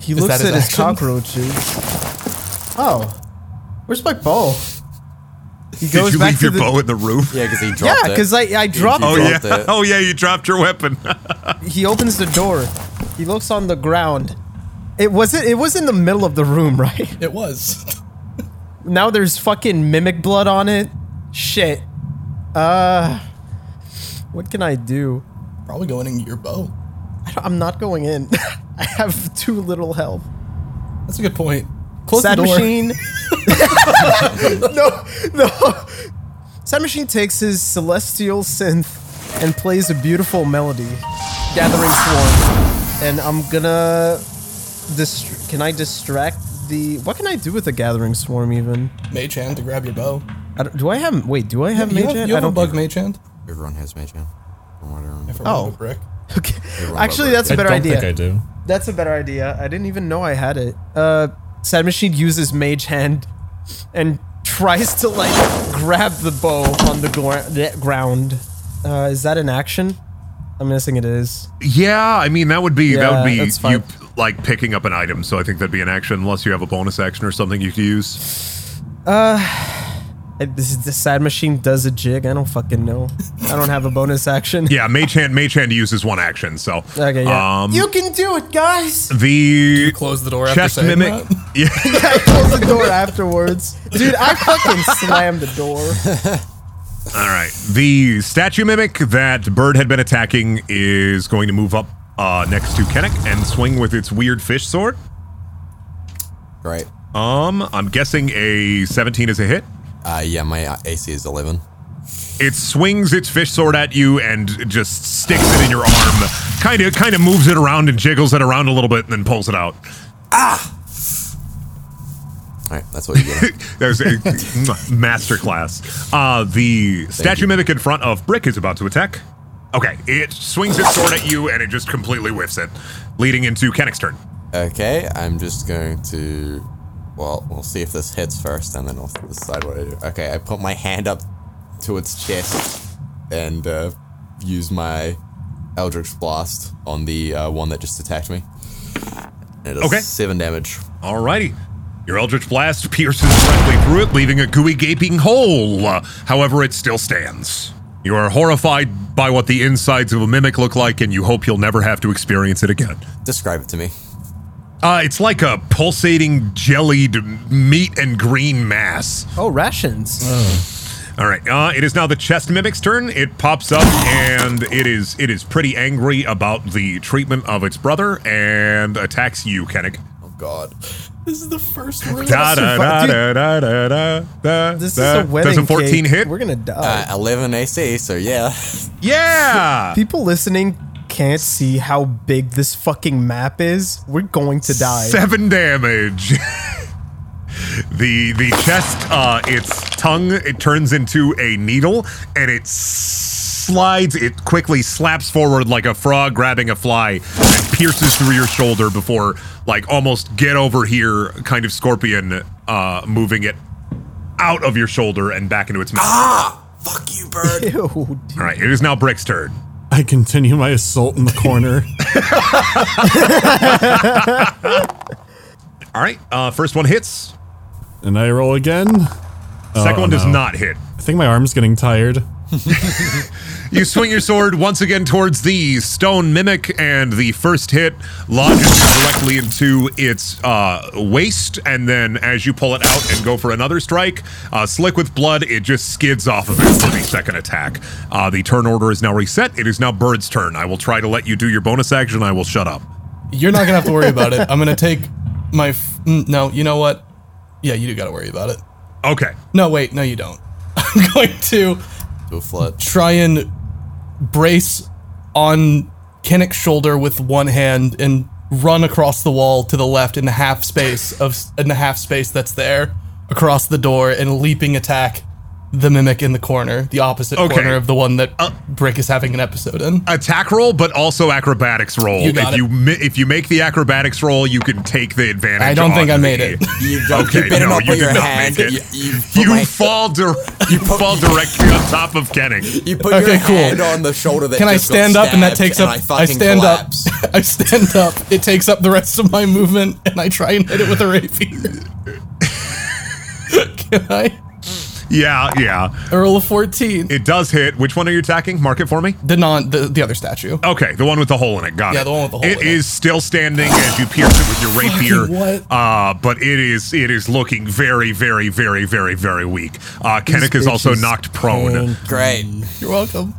[SPEAKER 1] He looks
[SPEAKER 4] that
[SPEAKER 1] at his
[SPEAKER 4] his action?
[SPEAKER 1] cockroaches. Oh, where's my bow? He
[SPEAKER 2] Did you leave your
[SPEAKER 1] the.
[SPEAKER 2] bow in the roof?
[SPEAKER 3] Yeah, because he dropped
[SPEAKER 1] Yeah,
[SPEAKER 3] it.
[SPEAKER 1] because I I dropped.
[SPEAKER 2] Oh
[SPEAKER 1] it.
[SPEAKER 2] yeah.
[SPEAKER 3] dropped it.
[SPEAKER 2] Oh yeah. You dropped your weapon.
[SPEAKER 1] He opens the door. He looks on the ground. It was it. It was in the middle of the room, right?
[SPEAKER 4] It was.
[SPEAKER 1] Now there's fucking mimic blood on it. Shit. Uh, what can I do?
[SPEAKER 4] Probably going in your bow.
[SPEAKER 1] I don't- I'm not going in. I have too little health.
[SPEAKER 4] That's a good point. Close
[SPEAKER 1] Sad
[SPEAKER 4] the door.
[SPEAKER 1] Machine. no, no. Sad Machine takes his celestial synth and plays a beautiful melody, Gathering Swarm. And I'm gonna. Dist- can I distract the. What can I do with the Gathering Swarm even?
[SPEAKER 4] Mage hand to grab your bow.
[SPEAKER 1] I don't- do I have. Wait, do I have
[SPEAKER 4] You
[SPEAKER 1] Mage
[SPEAKER 4] have,
[SPEAKER 1] Hand?
[SPEAKER 4] you
[SPEAKER 1] I
[SPEAKER 4] have a
[SPEAKER 1] don't
[SPEAKER 4] bug mage hand.
[SPEAKER 3] Everyone has mage hand. From what I remember.
[SPEAKER 4] If I roll
[SPEAKER 1] Oh.
[SPEAKER 4] a brick.
[SPEAKER 1] Okay.
[SPEAKER 3] Everyone
[SPEAKER 1] Actually,
[SPEAKER 3] but
[SPEAKER 1] that's
[SPEAKER 5] I
[SPEAKER 1] a better
[SPEAKER 5] don't
[SPEAKER 1] idea.
[SPEAKER 5] think I do.
[SPEAKER 1] That's a better idea. I didn't even know I had it. Uh, Sad Machine uses Mage Hand and tries to like grab the bow on the gor- the ground. Uh, is that an action? I'm guessing it is.
[SPEAKER 2] yeah. I mean, that would be that
[SPEAKER 1] Yeah,
[SPEAKER 2] would be
[SPEAKER 1] that's fine.
[SPEAKER 2] you like picking up an item. So I think that'd be an action, unless you have a bonus action or something you could use.
[SPEAKER 1] I, this is the Sad Machine does a jig. I don't fucking know. I don't have a bonus action.
[SPEAKER 2] Yeah, Mage Hand, Mage Hand uses one action, so.
[SPEAKER 1] Okay, yeah.
[SPEAKER 2] Um,
[SPEAKER 1] you can do it, guys.
[SPEAKER 2] the
[SPEAKER 4] Close the door after
[SPEAKER 2] chest
[SPEAKER 4] saying
[SPEAKER 2] mimic.
[SPEAKER 4] that.
[SPEAKER 2] Yeah,
[SPEAKER 1] I close the door afterwards, dude. I fucking slammed the door.
[SPEAKER 2] all right. The statue mimic that Bird had been attacking is going to move up uh, next to Kennick and swing with its weird fish sword.
[SPEAKER 3] Great.
[SPEAKER 2] Um, I'm guessing a 17 is a hit.
[SPEAKER 3] Uh, yeah, my uh, AC is 11.
[SPEAKER 2] It swings its fish sword at you and just sticks it in your arm. Kind of, kind of moves it around and jiggles it around a little bit, and then pulls it out.
[SPEAKER 3] All right, that's what you get.
[SPEAKER 2] That was a masterclass. Uh, the statue mimic in front of Brick is about to attack. Okay, it swings its sword at you and it just completely whiffs it, leading into Kennick's turn.
[SPEAKER 3] Okay, I'm just going to. Well, we'll see if this hits first, and then I'll decide what I do. Okay, I put my hand up to its chest and uh, use my Eldritch Blast on the uh, one that just attacked me. And it does
[SPEAKER 2] Okay.
[SPEAKER 3] seven damage.
[SPEAKER 2] Alrighty. Your Eldritch Blast pierces directly through it, leaving a gooey gaping hole. Uh, however, it still stands. You are horrified by what the insides of a mimic look like, and you hope you'll never have to experience it again.
[SPEAKER 3] Describe it to me.
[SPEAKER 2] Uh, it's like a pulsating, jellied meat and green mass.
[SPEAKER 1] Oh, rations.
[SPEAKER 2] All right. Uh, it is now the chest mimic's turn. It pops up and it is it is pretty angry about the treatment of its brother and attacks you, Kennick.
[SPEAKER 3] Oh God.
[SPEAKER 4] This is the first word.
[SPEAKER 2] Da, da, da,
[SPEAKER 1] Dude.
[SPEAKER 2] da, da, da, da, da,
[SPEAKER 1] this is
[SPEAKER 2] da.
[SPEAKER 1] a wedding.
[SPEAKER 2] Does a 14
[SPEAKER 1] cake.
[SPEAKER 2] hit?
[SPEAKER 1] We're gonna die.
[SPEAKER 3] Uh, Eleven AC. So yeah.
[SPEAKER 2] yeah.
[SPEAKER 1] People listening can't see how big this fucking map is. We're going to die.
[SPEAKER 2] Seven damage. the the chest, uh, its tongue, it turns into a needle, and it slides. It quickly slaps forward like a frog grabbing a fly, and pierces through your shoulder before, like, almost get over here, kind of scorpion, uh, moving it out of your shoulder and back into its mouth.
[SPEAKER 3] Fuck you, bird.
[SPEAKER 1] Ew, dude.
[SPEAKER 2] All right, it is now Brick's turn.
[SPEAKER 5] I I continue my assault in the corner.
[SPEAKER 2] All right. Uh, first one hits.
[SPEAKER 5] and I roll again.
[SPEAKER 4] Oh,
[SPEAKER 2] Second one does
[SPEAKER 5] no.
[SPEAKER 2] not hit.
[SPEAKER 5] I think my arm's getting tired.
[SPEAKER 2] You swing your sword once again towards the stone mimic, and the first hit lodges directly into its uh, waist. And then, as you pull it out and go for another strike, uh, slick with blood, it just skids off of it for the second attack. Uh, the turn order is now reset. It is now Bird's turn. I will try to let you do your bonus action. I will shut up.
[SPEAKER 4] You're not gonna have to worry about it. I'm gonna take my. F- mm, no, you know what? Yeah, you do gotta worry about it.
[SPEAKER 2] Okay.
[SPEAKER 4] No, wait, no, you don't. I'm going to
[SPEAKER 3] Do a flood.
[SPEAKER 4] try and brace on Kinnick's shoulder with one hand and run across the wall to the left in the half space of in the half space that's there across the door and leaping attack the mimic in the corner, the opposite
[SPEAKER 2] Okay. uh,
[SPEAKER 4] corner of the one that Brick is having an episode in.
[SPEAKER 2] attack roll, but also acrobatics roll.
[SPEAKER 4] You
[SPEAKER 2] if
[SPEAKER 4] got it.
[SPEAKER 2] you mi- if you make the acrobatics roll, you can take the advantage.
[SPEAKER 4] I don't think
[SPEAKER 2] on
[SPEAKER 4] I made
[SPEAKER 2] the-
[SPEAKER 4] it.
[SPEAKER 3] You don't
[SPEAKER 2] Okay,
[SPEAKER 3] you better
[SPEAKER 2] no,
[SPEAKER 3] not
[SPEAKER 2] you
[SPEAKER 3] put
[SPEAKER 2] did
[SPEAKER 3] your
[SPEAKER 2] not
[SPEAKER 3] hand.
[SPEAKER 2] make it.
[SPEAKER 3] You, you put
[SPEAKER 2] You
[SPEAKER 3] my-
[SPEAKER 2] fall dir- you fall directly on top of Kenning.
[SPEAKER 3] You put
[SPEAKER 4] Okay,
[SPEAKER 3] your
[SPEAKER 4] cool.
[SPEAKER 3] hand on the shoulder that
[SPEAKER 4] Can I
[SPEAKER 3] just got
[SPEAKER 4] stand up and that
[SPEAKER 3] stabbed
[SPEAKER 4] takes up?
[SPEAKER 3] and
[SPEAKER 4] I,
[SPEAKER 3] fucking
[SPEAKER 4] stand
[SPEAKER 3] collapse.
[SPEAKER 4] up. I stand up. It takes up the rest of my movement, and I try and hit it with a rapier. Can I?
[SPEAKER 2] Yeah, yeah.
[SPEAKER 4] Earl of fourteen.
[SPEAKER 2] It does hit. Which one are you attacking? Mark it for me.
[SPEAKER 4] the non the, the other statue.
[SPEAKER 2] Okay, the one with the hole in it. Got it.
[SPEAKER 4] Yeah, the one with the hole
[SPEAKER 2] It
[SPEAKER 4] in it.
[SPEAKER 2] is still standing as you pierce it with your rapier.
[SPEAKER 4] Fucking what?
[SPEAKER 2] Uh, but it is it is looking very, very, very, very, very weak. Uh, Kennick is also
[SPEAKER 1] bitches
[SPEAKER 2] knocked prone.
[SPEAKER 3] Great.
[SPEAKER 4] You're welcome.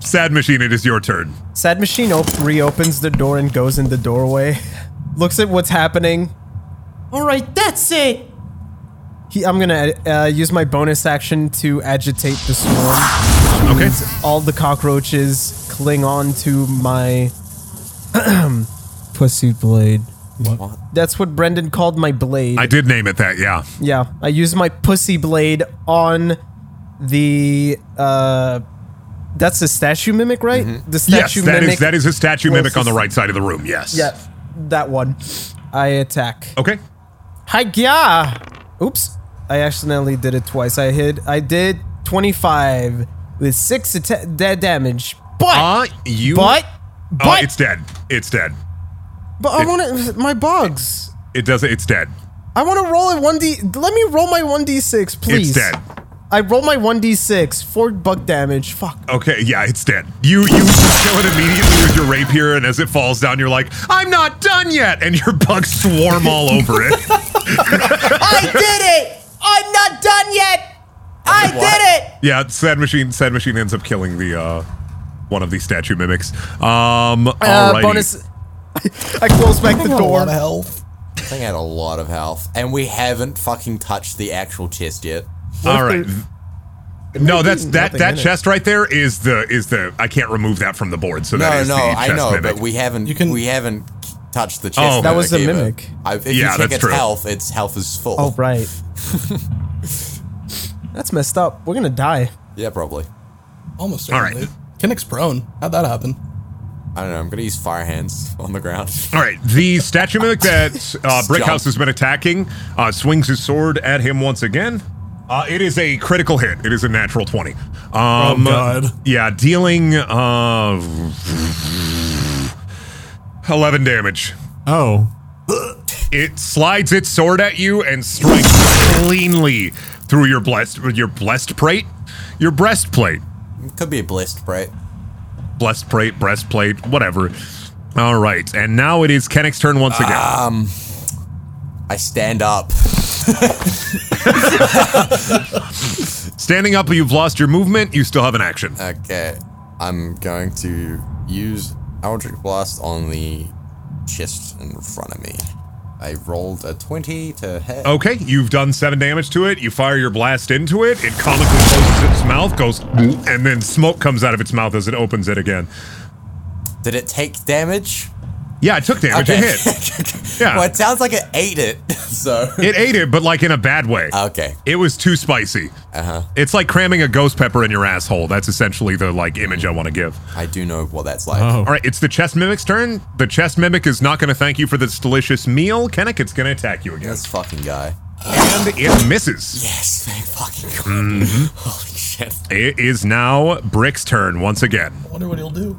[SPEAKER 2] Sad machine. It is your turn.
[SPEAKER 1] Sad Machine op- reopens the door and goes in the doorway, looks at what's happening. All right, that's it. He, I'm gonna uh, use my bonus action to agitate the swarm.
[SPEAKER 2] Okay.
[SPEAKER 1] All the cockroaches cling on to my pursuit blade.
[SPEAKER 3] What?
[SPEAKER 1] That's what Brendan called my blade.
[SPEAKER 2] I did name it that. Yeah.
[SPEAKER 1] Yeah, I use my pussy blade on the uh that's the statue mimic, right? The
[SPEAKER 2] Mm-hmm. Yes,
[SPEAKER 1] statue
[SPEAKER 2] that
[SPEAKER 1] mimic.
[SPEAKER 2] is that is a statue mimic on
[SPEAKER 1] closest-
[SPEAKER 2] the right side of the room. Yes.
[SPEAKER 1] Yeah, that one. I attack.
[SPEAKER 2] Okay.
[SPEAKER 1] Hi yeah. Oops. I accidentally did it twice. I hit I did 25 with 6 atta- da- damage. But
[SPEAKER 2] Uh, you.
[SPEAKER 1] but
[SPEAKER 2] Oh,
[SPEAKER 1] but
[SPEAKER 2] it's dead. It's dead.
[SPEAKER 1] but I want to my bugs.
[SPEAKER 2] It doesn't. It's dead.
[SPEAKER 1] I want to roll a 1d Let me roll my 1d6, please.
[SPEAKER 2] It's dead.
[SPEAKER 1] I roll my 1d6 for bug damage. Fuck.
[SPEAKER 2] Okay. Yeah, it's dead. You you kill it immediately with your rapier, and as it falls down, you're like, I'm not done yet, and your bugs swarm all over it.
[SPEAKER 1] I did it! I'm not done yet! I did it!
[SPEAKER 2] Yeah, sad machine. Sad machine ends up killing the uh, one of these statue mimics. Um,
[SPEAKER 1] Uh,
[SPEAKER 2] alrighty.
[SPEAKER 1] bonus. I close back the door.
[SPEAKER 4] health.
[SPEAKER 3] I think I had a lot of health. And we haven't fucking touched the actual chest yet.
[SPEAKER 2] All right.
[SPEAKER 1] there-
[SPEAKER 2] No,
[SPEAKER 1] might
[SPEAKER 2] that's
[SPEAKER 1] be
[SPEAKER 2] that
[SPEAKER 1] nothing
[SPEAKER 2] that
[SPEAKER 1] in it.
[SPEAKER 2] chest right there is the is the I can't remove that from the board. So that
[SPEAKER 3] No,
[SPEAKER 2] is
[SPEAKER 3] no,
[SPEAKER 2] the
[SPEAKER 3] I
[SPEAKER 2] chest
[SPEAKER 3] know,
[SPEAKER 2] mimic.
[SPEAKER 3] but we haven't.
[SPEAKER 4] You can-
[SPEAKER 3] we haven't k- touched the chest.
[SPEAKER 2] Oh. That
[SPEAKER 1] was the
[SPEAKER 3] either.
[SPEAKER 1] mimic.
[SPEAKER 3] I, if
[SPEAKER 2] Yeah,
[SPEAKER 3] you check
[SPEAKER 2] that's
[SPEAKER 3] its
[SPEAKER 2] true.
[SPEAKER 3] health, its health is full.
[SPEAKER 1] Oh, right. That's messed up. We're gonna die.
[SPEAKER 3] Yeah, probably.
[SPEAKER 4] Almost.
[SPEAKER 2] All right.
[SPEAKER 4] certainly. Kinnick's prone. How'd that happen?
[SPEAKER 3] I don't know. I'm gonna use fire hands on the ground.
[SPEAKER 2] All right, the statue mimic that uh, Brickhouse has been attacking uh, swings his sword at him once again. Uh, it is a critical hit. It is a natural twenty. Um, oh
[SPEAKER 5] God.
[SPEAKER 2] Yeah, dealing uh, eleven damage.
[SPEAKER 5] Oh,
[SPEAKER 2] It slides its sword at you and strikes cleanly through your blessed your blessed plate, your breastplate,
[SPEAKER 3] Could be a blessed, right?
[SPEAKER 2] blessed plate, breastplate, whatever. All right, and now it is Kennick's turn once again.
[SPEAKER 3] I stand up.
[SPEAKER 2] Standing up, you've lost your movement. You still have an action.
[SPEAKER 3] Okay, I'm going to use Eldritch Blast on the chest in front of me. I rolled a 20 to hit.
[SPEAKER 2] Okay, you've done seven damage to it. You fire your blast into it. It comically closes its mouth, goes, and then smoke comes out of its mouth as it opens it again.
[SPEAKER 3] Did it take damage?
[SPEAKER 2] Yeah, it took damage. It hit. Yeah.
[SPEAKER 3] well, it sounds like it ate it, so.
[SPEAKER 2] It ate it, but like in a bad way.
[SPEAKER 3] Okay.
[SPEAKER 2] It was too spicy. Uh-huh. It's like cramming a ghost pepper in your asshole. That's essentially the like image I want to give.
[SPEAKER 3] I do know what that's like.
[SPEAKER 5] Oh.
[SPEAKER 2] All right, it's the chest mimic's turn. The chest mimic is not going to thank you for this delicious meal. Kennick, it's going to attack you again.
[SPEAKER 3] This fucking guy.
[SPEAKER 2] And it misses.
[SPEAKER 3] Yes, thank fucking God. Holy shit.
[SPEAKER 2] It is now Brick's turn once again.
[SPEAKER 4] I wonder what he'll do.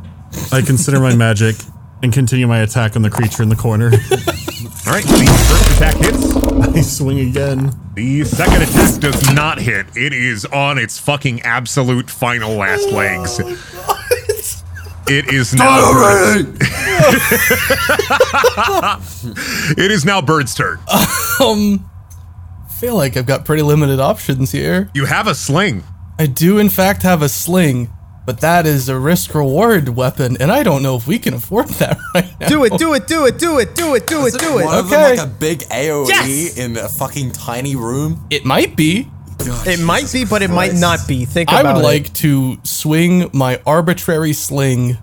[SPEAKER 5] I consider my magic and continue my attack on the creature in the corner.
[SPEAKER 2] All right, the first attack hits.
[SPEAKER 5] I swing again.
[SPEAKER 2] The second attack does not hit. It is on its fucking absolute final last legs. It is now. It is now Bird's turn.
[SPEAKER 4] Um, feel like I've got pretty limited options here.
[SPEAKER 2] You have a sling.
[SPEAKER 4] I do, in fact, have a sling, but that is a risk reward weapon, and I don't know if we can afford that right now.
[SPEAKER 1] Do it, do it, do it, do it, do it, do it, do
[SPEAKER 3] One
[SPEAKER 1] it.
[SPEAKER 3] of them
[SPEAKER 4] Okay.
[SPEAKER 3] like a big AOE
[SPEAKER 1] Yes!
[SPEAKER 3] in a fucking tiny room.
[SPEAKER 4] It might be.
[SPEAKER 3] God,
[SPEAKER 1] It might be, but it might
[SPEAKER 3] Christ.
[SPEAKER 1] not be. Think
[SPEAKER 4] I
[SPEAKER 1] about it.
[SPEAKER 4] would like to swing my arbitrary sling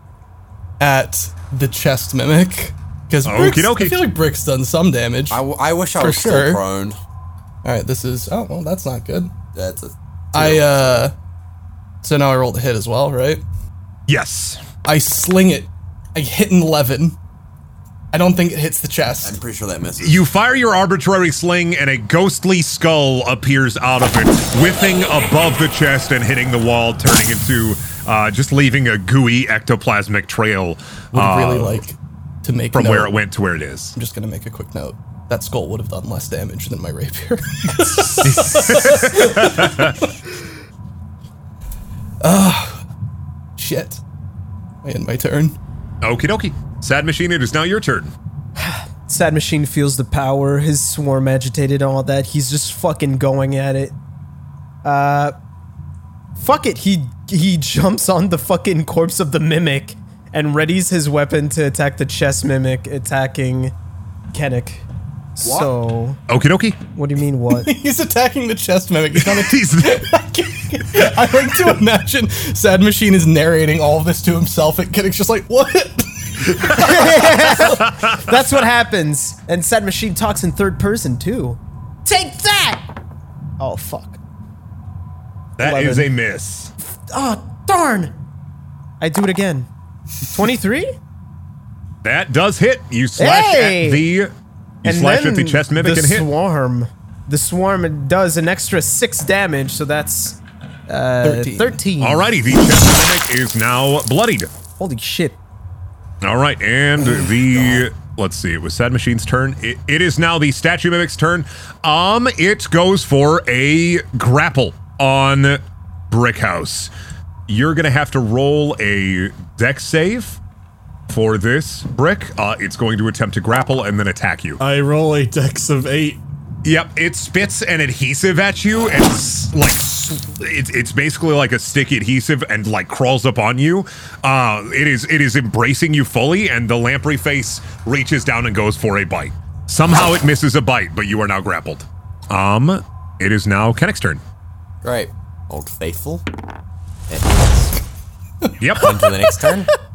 [SPEAKER 4] at the chest mimic. Because
[SPEAKER 2] Okey-dokey.
[SPEAKER 4] I feel like Brick's done some damage.
[SPEAKER 3] I,
[SPEAKER 4] All
[SPEAKER 3] w- I wish I
[SPEAKER 4] For
[SPEAKER 3] was
[SPEAKER 4] sure.
[SPEAKER 3] still prone.
[SPEAKER 4] right, this is. Oh, well, that's not good.
[SPEAKER 3] That's a,
[SPEAKER 4] I, uh. So now I rolled a hit as well, right?
[SPEAKER 2] Yes.
[SPEAKER 4] I sling it. I hit an 11. I don't think it hits the chest.
[SPEAKER 3] I'm pretty sure that misses.
[SPEAKER 2] You fire your arbitrary sling, and a ghostly skull appears out of it, whiffing above the chest and hitting the wall, turning into uh, just leaving a gooey ectoplasmic trail
[SPEAKER 4] would
[SPEAKER 2] uh,
[SPEAKER 4] really like to make
[SPEAKER 2] from
[SPEAKER 4] note.
[SPEAKER 2] where it went to where it is.
[SPEAKER 4] I'm just gonna make a quick note. That skull would have done less damage than my rapier. Ah, shit. I end my turn.
[SPEAKER 2] Okie dokie. Sad machine, it is now your turn.
[SPEAKER 1] Sad Machine feels the power, his swarm agitated, all that. He's just fucking going at it. Uh, fuck it. He he jumps on the fucking corpse of the mimic and readies his weapon to attack the chess mimic, attacking Kennick. So,
[SPEAKER 2] Okie dokie.
[SPEAKER 1] what do you mean? What?
[SPEAKER 4] He's attacking the chest mimic. He's not a-
[SPEAKER 2] He's-
[SPEAKER 4] I like to imagine Sad Machine is narrating all of this to himself, and Kinnick's just like, "What?
[SPEAKER 1] That's what happens. And Sad Machine talks in third person too. Take that! Oh fuck.
[SPEAKER 2] That is
[SPEAKER 1] 11.
[SPEAKER 2] a miss.
[SPEAKER 1] Oh darn! I do it again. Twenty-three.
[SPEAKER 2] That does hit. You slash
[SPEAKER 1] Hey!
[SPEAKER 2] at the you slash at the chest mimic
[SPEAKER 1] the
[SPEAKER 2] and hit.
[SPEAKER 1] swarm. The swarm does an extra six damage, so that's uh, 13.
[SPEAKER 4] Thirteen.
[SPEAKER 2] Alrighty, the chest mimic is now bloodied.
[SPEAKER 1] Holy shit.
[SPEAKER 2] All right, and the let's see, it was Sad Machine's turn. It, it is now the statue mimic's turn. Um, it goes for a grapple on Brickhouse. You're gonna have to roll a deck save for this brick. Uh, it's going to attempt to grapple and then attack you.
[SPEAKER 5] I roll a dex of eight.
[SPEAKER 2] Yep, it spits an adhesive at you and s- like s- it's it's basically like a sticky adhesive and like crawls up on you. Uh, it is it is embracing you fully, and the lamprey face reaches down and goes for a bite. Somehow it misses a bite, but you are now grappled. Um, it is now Kennick's turn.
[SPEAKER 3] Great. Old Faithful. It is.
[SPEAKER 2] Yep.
[SPEAKER 3] On to the next turn. Oh,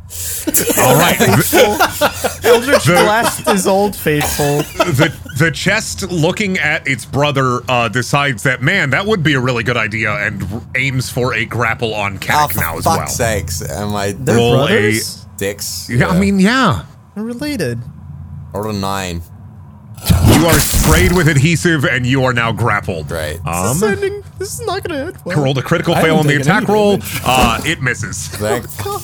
[SPEAKER 2] All right. The,
[SPEAKER 1] Eldritch
[SPEAKER 2] The-
[SPEAKER 1] blast is old faithful.
[SPEAKER 2] the the chest looking at its brother uh, decides that man that would be a really good idea and r- aims for a grapple on
[SPEAKER 3] Oh,
[SPEAKER 2] Kennick
[SPEAKER 3] for
[SPEAKER 2] now as well.
[SPEAKER 3] fuck's sakes. Am I
[SPEAKER 1] They're
[SPEAKER 2] Roll a-
[SPEAKER 1] brothers?
[SPEAKER 3] dicks?
[SPEAKER 2] Yeah, I mean, yeah.
[SPEAKER 1] They're related.
[SPEAKER 3] I rolled a nine.
[SPEAKER 2] You are sprayed with adhesive and you are now grappled.
[SPEAKER 3] Right.
[SPEAKER 2] Um,
[SPEAKER 1] this, is ending, this is not gonna end well.
[SPEAKER 2] rolled a critical
[SPEAKER 4] I
[SPEAKER 2] fail on
[SPEAKER 4] haven't
[SPEAKER 2] the
[SPEAKER 4] taken
[SPEAKER 2] attack
[SPEAKER 4] any
[SPEAKER 2] roll.
[SPEAKER 4] damage.
[SPEAKER 2] Uh, it misses.
[SPEAKER 3] Thank God.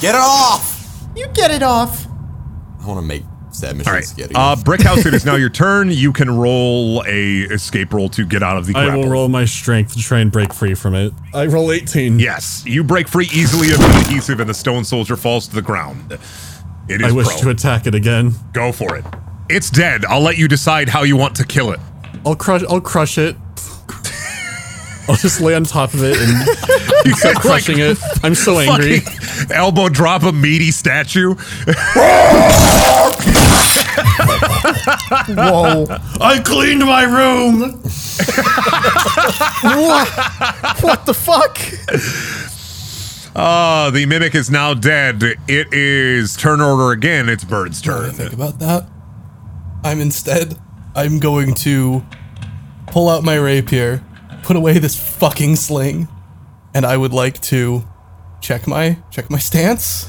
[SPEAKER 3] Get it off!
[SPEAKER 1] You get it off.
[SPEAKER 3] I want to make sad
[SPEAKER 2] All
[SPEAKER 3] machine
[SPEAKER 2] right.
[SPEAKER 3] scary.
[SPEAKER 2] Uh, Brickhouse, it is now your turn. You can roll a escape roll to get out of the
[SPEAKER 5] I
[SPEAKER 2] grapple.
[SPEAKER 5] will roll my strength to try and break free from it. I roll 18.
[SPEAKER 2] Yes, you break free easily of the adhesive and the stone soldier falls to the ground. It is
[SPEAKER 5] I wish
[SPEAKER 2] prone.
[SPEAKER 5] to attack it again.
[SPEAKER 2] Go for it. It's dead. I'll let you decide how you want to kill it.
[SPEAKER 5] I'll crush. I'll crush it. I'll just lay on top of it and start crushing it. I'm so angry.
[SPEAKER 2] Fucking elbow drop a meaty statue.
[SPEAKER 1] Whoa.
[SPEAKER 5] I cleaned my room.
[SPEAKER 1] what? what the fuck?
[SPEAKER 2] Uh, the mimic is now dead. It is turn order again. It's Bird's turn.
[SPEAKER 4] Think about that. I'm instead. I'm going to pull out my rapier, put away this fucking sling, and I would like to check my check my stance,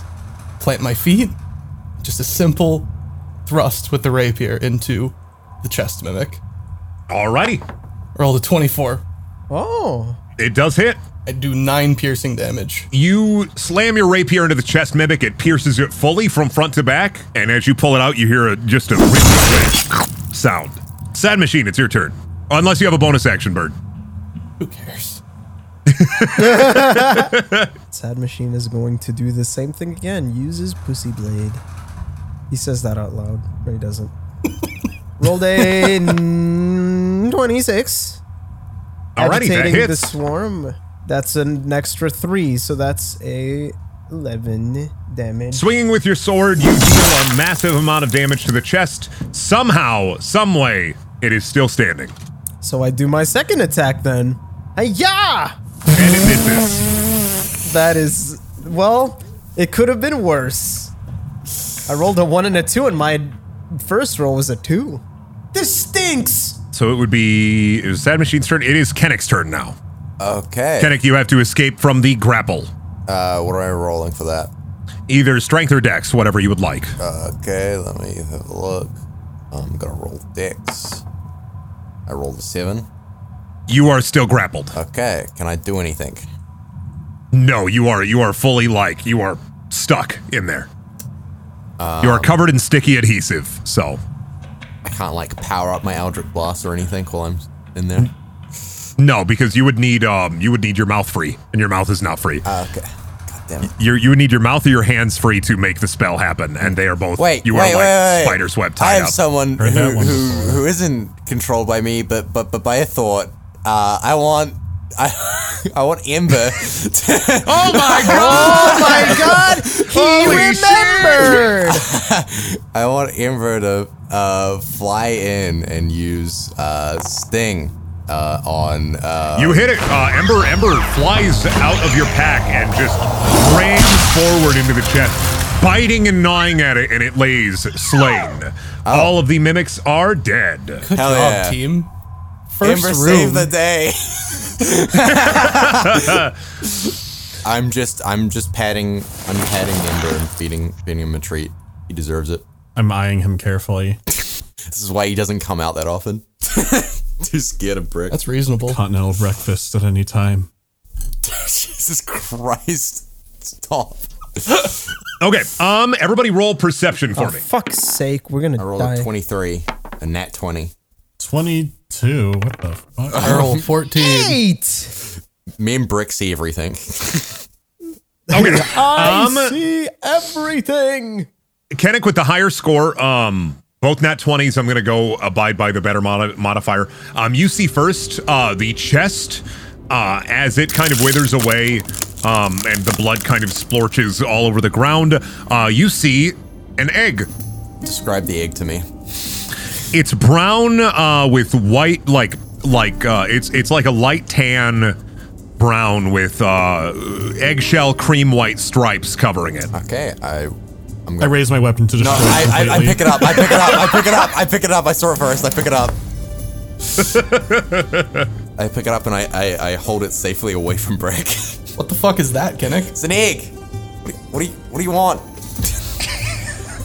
[SPEAKER 4] plant my feet. Just a simple thrust with the rapier into the chest mimic.
[SPEAKER 2] Alrighty.
[SPEAKER 4] Roll the 24.
[SPEAKER 1] Oh.
[SPEAKER 2] It does hit.
[SPEAKER 4] I do nine piercing damage.
[SPEAKER 2] You slam your rapier into the chest mimic. It pierces it fully from front to back, and as you pull it out, you hear a, just a rhythmic sound. Sad machine, it's your turn. Unless you have a bonus action, bird.
[SPEAKER 4] Who cares?
[SPEAKER 1] Sad Machine is going to do the same thing again. Uses Pussy Blade. He says that out loud, but he doesn't. Rolled a n- 26.
[SPEAKER 2] Alrighty, that
[SPEAKER 1] Agitating
[SPEAKER 2] hits.
[SPEAKER 1] the swarm. That's an extra three, so that's a 11 damage.
[SPEAKER 2] Swinging with your sword, you deal a massive amount of damage to the chest. Somehow, some way, it is still standing.
[SPEAKER 1] So I do my second attack then. Hiya!
[SPEAKER 2] And it misses.
[SPEAKER 1] That is, well, it could have been worse. I rolled a one and a two, and my first roll was a two. This stinks.
[SPEAKER 2] So it would be it was Sad Machine's turn. It is Kennick's turn now.
[SPEAKER 3] Okay.
[SPEAKER 2] Kennick, you have to escape from the grapple.
[SPEAKER 3] Uh, what am I rolling for that?
[SPEAKER 2] Either strength or dex, whatever you would like.
[SPEAKER 3] Uh. Okay, let me have a look. I'm gonna roll dex. I rolled a seven.
[SPEAKER 2] You are still grappled.
[SPEAKER 3] Okay, can I do anything?
[SPEAKER 2] No, you are you are fully like you are stuck in there. you
[SPEAKER 3] Um.
[SPEAKER 2] are covered in sticky adhesive. So
[SPEAKER 3] I can't like power up my Eldritch Blast or anything while I'm in there.
[SPEAKER 2] no, because you would need um you would need your mouth free, and your mouth is not free.
[SPEAKER 3] Okay. God damn it.
[SPEAKER 2] you you would need your mouth or your hands free to make the spell happen, and they are both
[SPEAKER 3] Wait,
[SPEAKER 2] you
[SPEAKER 3] wait,
[SPEAKER 2] are
[SPEAKER 3] wait,
[SPEAKER 2] like
[SPEAKER 3] wait, wait.
[SPEAKER 2] spiders web
[SPEAKER 3] I
[SPEAKER 2] tied
[SPEAKER 3] have
[SPEAKER 2] up.
[SPEAKER 3] someone who,
[SPEAKER 6] Heard that one
[SPEAKER 3] who,
[SPEAKER 6] before.
[SPEAKER 3] who isn't controlled by me, but but but by a thought. Uh, I want I I want Ember. to-
[SPEAKER 2] oh my
[SPEAKER 1] Oh
[SPEAKER 2] god!
[SPEAKER 1] my god! He
[SPEAKER 2] Holy
[SPEAKER 1] remembered.
[SPEAKER 3] I want Ember to uh, fly in and use uh, Sting uh, on uh,
[SPEAKER 2] You hit it. Uh, Ember Ember flies out of your pack and just rams forward into the chest, biting and gnawing at it, and it lays slain. All of the mimics are dead.
[SPEAKER 3] Hell
[SPEAKER 4] Job,
[SPEAKER 3] yeah.
[SPEAKER 4] team. First
[SPEAKER 3] Ember
[SPEAKER 4] room.
[SPEAKER 3] save the day. I'm just I'm just patting I'm patting Ember and feeding feeding him a treat. He deserves it.
[SPEAKER 6] I'm eyeing him carefully.
[SPEAKER 3] This is why he doesn't come out that often. Too scared of brick.
[SPEAKER 4] That's reasonable.
[SPEAKER 6] Continental breakfast at any time.
[SPEAKER 3] Jesus Christ. Stop.
[SPEAKER 2] Okay. Um. Everybody, roll perception for me.
[SPEAKER 1] Fuck's sake, we're gonna
[SPEAKER 3] I rolled
[SPEAKER 1] die.
[SPEAKER 3] a 23, a nat 20.
[SPEAKER 6] 22. What the fuck?
[SPEAKER 4] Earl, 14.
[SPEAKER 1] Eight.
[SPEAKER 3] Me and Brick see everything.
[SPEAKER 2] Okay.
[SPEAKER 1] I
[SPEAKER 2] um.
[SPEAKER 1] see everything.
[SPEAKER 2] Kennick with the higher score. Um, both nat twenties. I'm gonna go abide by the better modi- modifier. Um, you see first uh, the chest uh, as it kind of withers away, um, and the blood kind of splorches all over the ground. Uh, you see an egg.
[SPEAKER 3] Describe the egg to me.
[SPEAKER 2] It's brown uh, with white, like like uh, it's it's like a light tan brown with uh, eggshell cream white stripes covering it.
[SPEAKER 3] Okay, I I'm
[SPEAKER 6] I
[SPEAKER 3] gonna
[SPEAKER 6] raise my weapon to
[SPEAKER 3] No,
[SPEAKER 6] destroy
[SPEAKER 3] I,
[SPEAKER 6] it
[SPEAKER 3] I, I
[SPEAKER 6] completely.
[SPEAKER 3] pick it up. I pick it up. I pick it up. I pick it up. I saw it first. I pick it up. I pick it up and I, I, I hold it safely away from Brick. it's
[SPEAKER 4] What the fuck is that, Kinnick?
[SPEAKER 3] an egg. What do, you- what do you What do you want?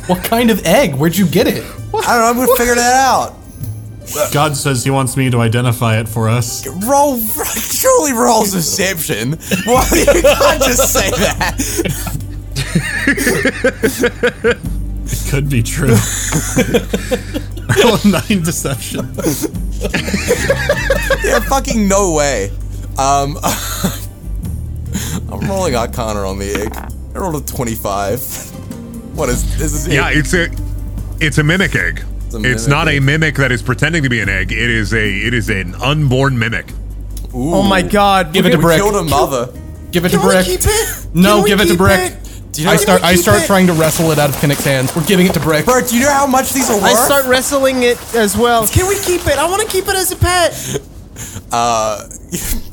[SPEAKER 4] What kind of egg? Where'd you get it?
[SPEAKER 3] I don't know. I'm gonna figure that out.
[SPEAKER 6] God says he wants me to identify it for us.
[SPEAKER 3] Roll. Surely rolls deception. Why you can't just say that?
[SPEAKER 6] It could be true. Roll a nine deception.
[SPEAKER 3] Yeah, fucking no way. Um, I'm rolling Arcana on the egg. I rolled a 25. What is this? Is
[SPEAKER 2] Yeah, it's a it's a mimic egg. It's,
[SPEAKER 3] a mimic
[SPEAKER 2] not a
[SPEAKER 3] egg.
[SPEAKER 2] mimic that is pretending to be an egg. It is a it is an unborn mimic.
[SPEAKER 1] Oh my god.
[SPEAKER 4] Give it to
[SPEAKER 1] we're
[SPEAKER 4] Brick.
[SPEAKER 3] Killed a mother.
[SPEAKER 4] Give it to
[SPEAKER 1] gonna-
[SPEAKER 4] Brick.
[SPEAKER 1] Can we keep it?
[SPEAKER 4] No,
[SPEAKER 1] Can we
[SPEAKER 4] give it to
[SPEAKER 1] keep
[SPEAKER 4] Brick.
[SPEAKER 3] Do you know
[SPEAKER 4] I start. I
[SPEAKER 3] Keep
[SPEAKER 4] start
[SPEAKER 3] it.
[SPEAKER 4] trying to wrestle it out of Kinnick's hands. We're giving it to Brick.
[SPEAKER 3] Bert, do you know how much these are worth?
[SPEAKER 1] I start wrestling it as well. Can we keep it? I want to keep it as a pet.
[SPEAKER 3] uh,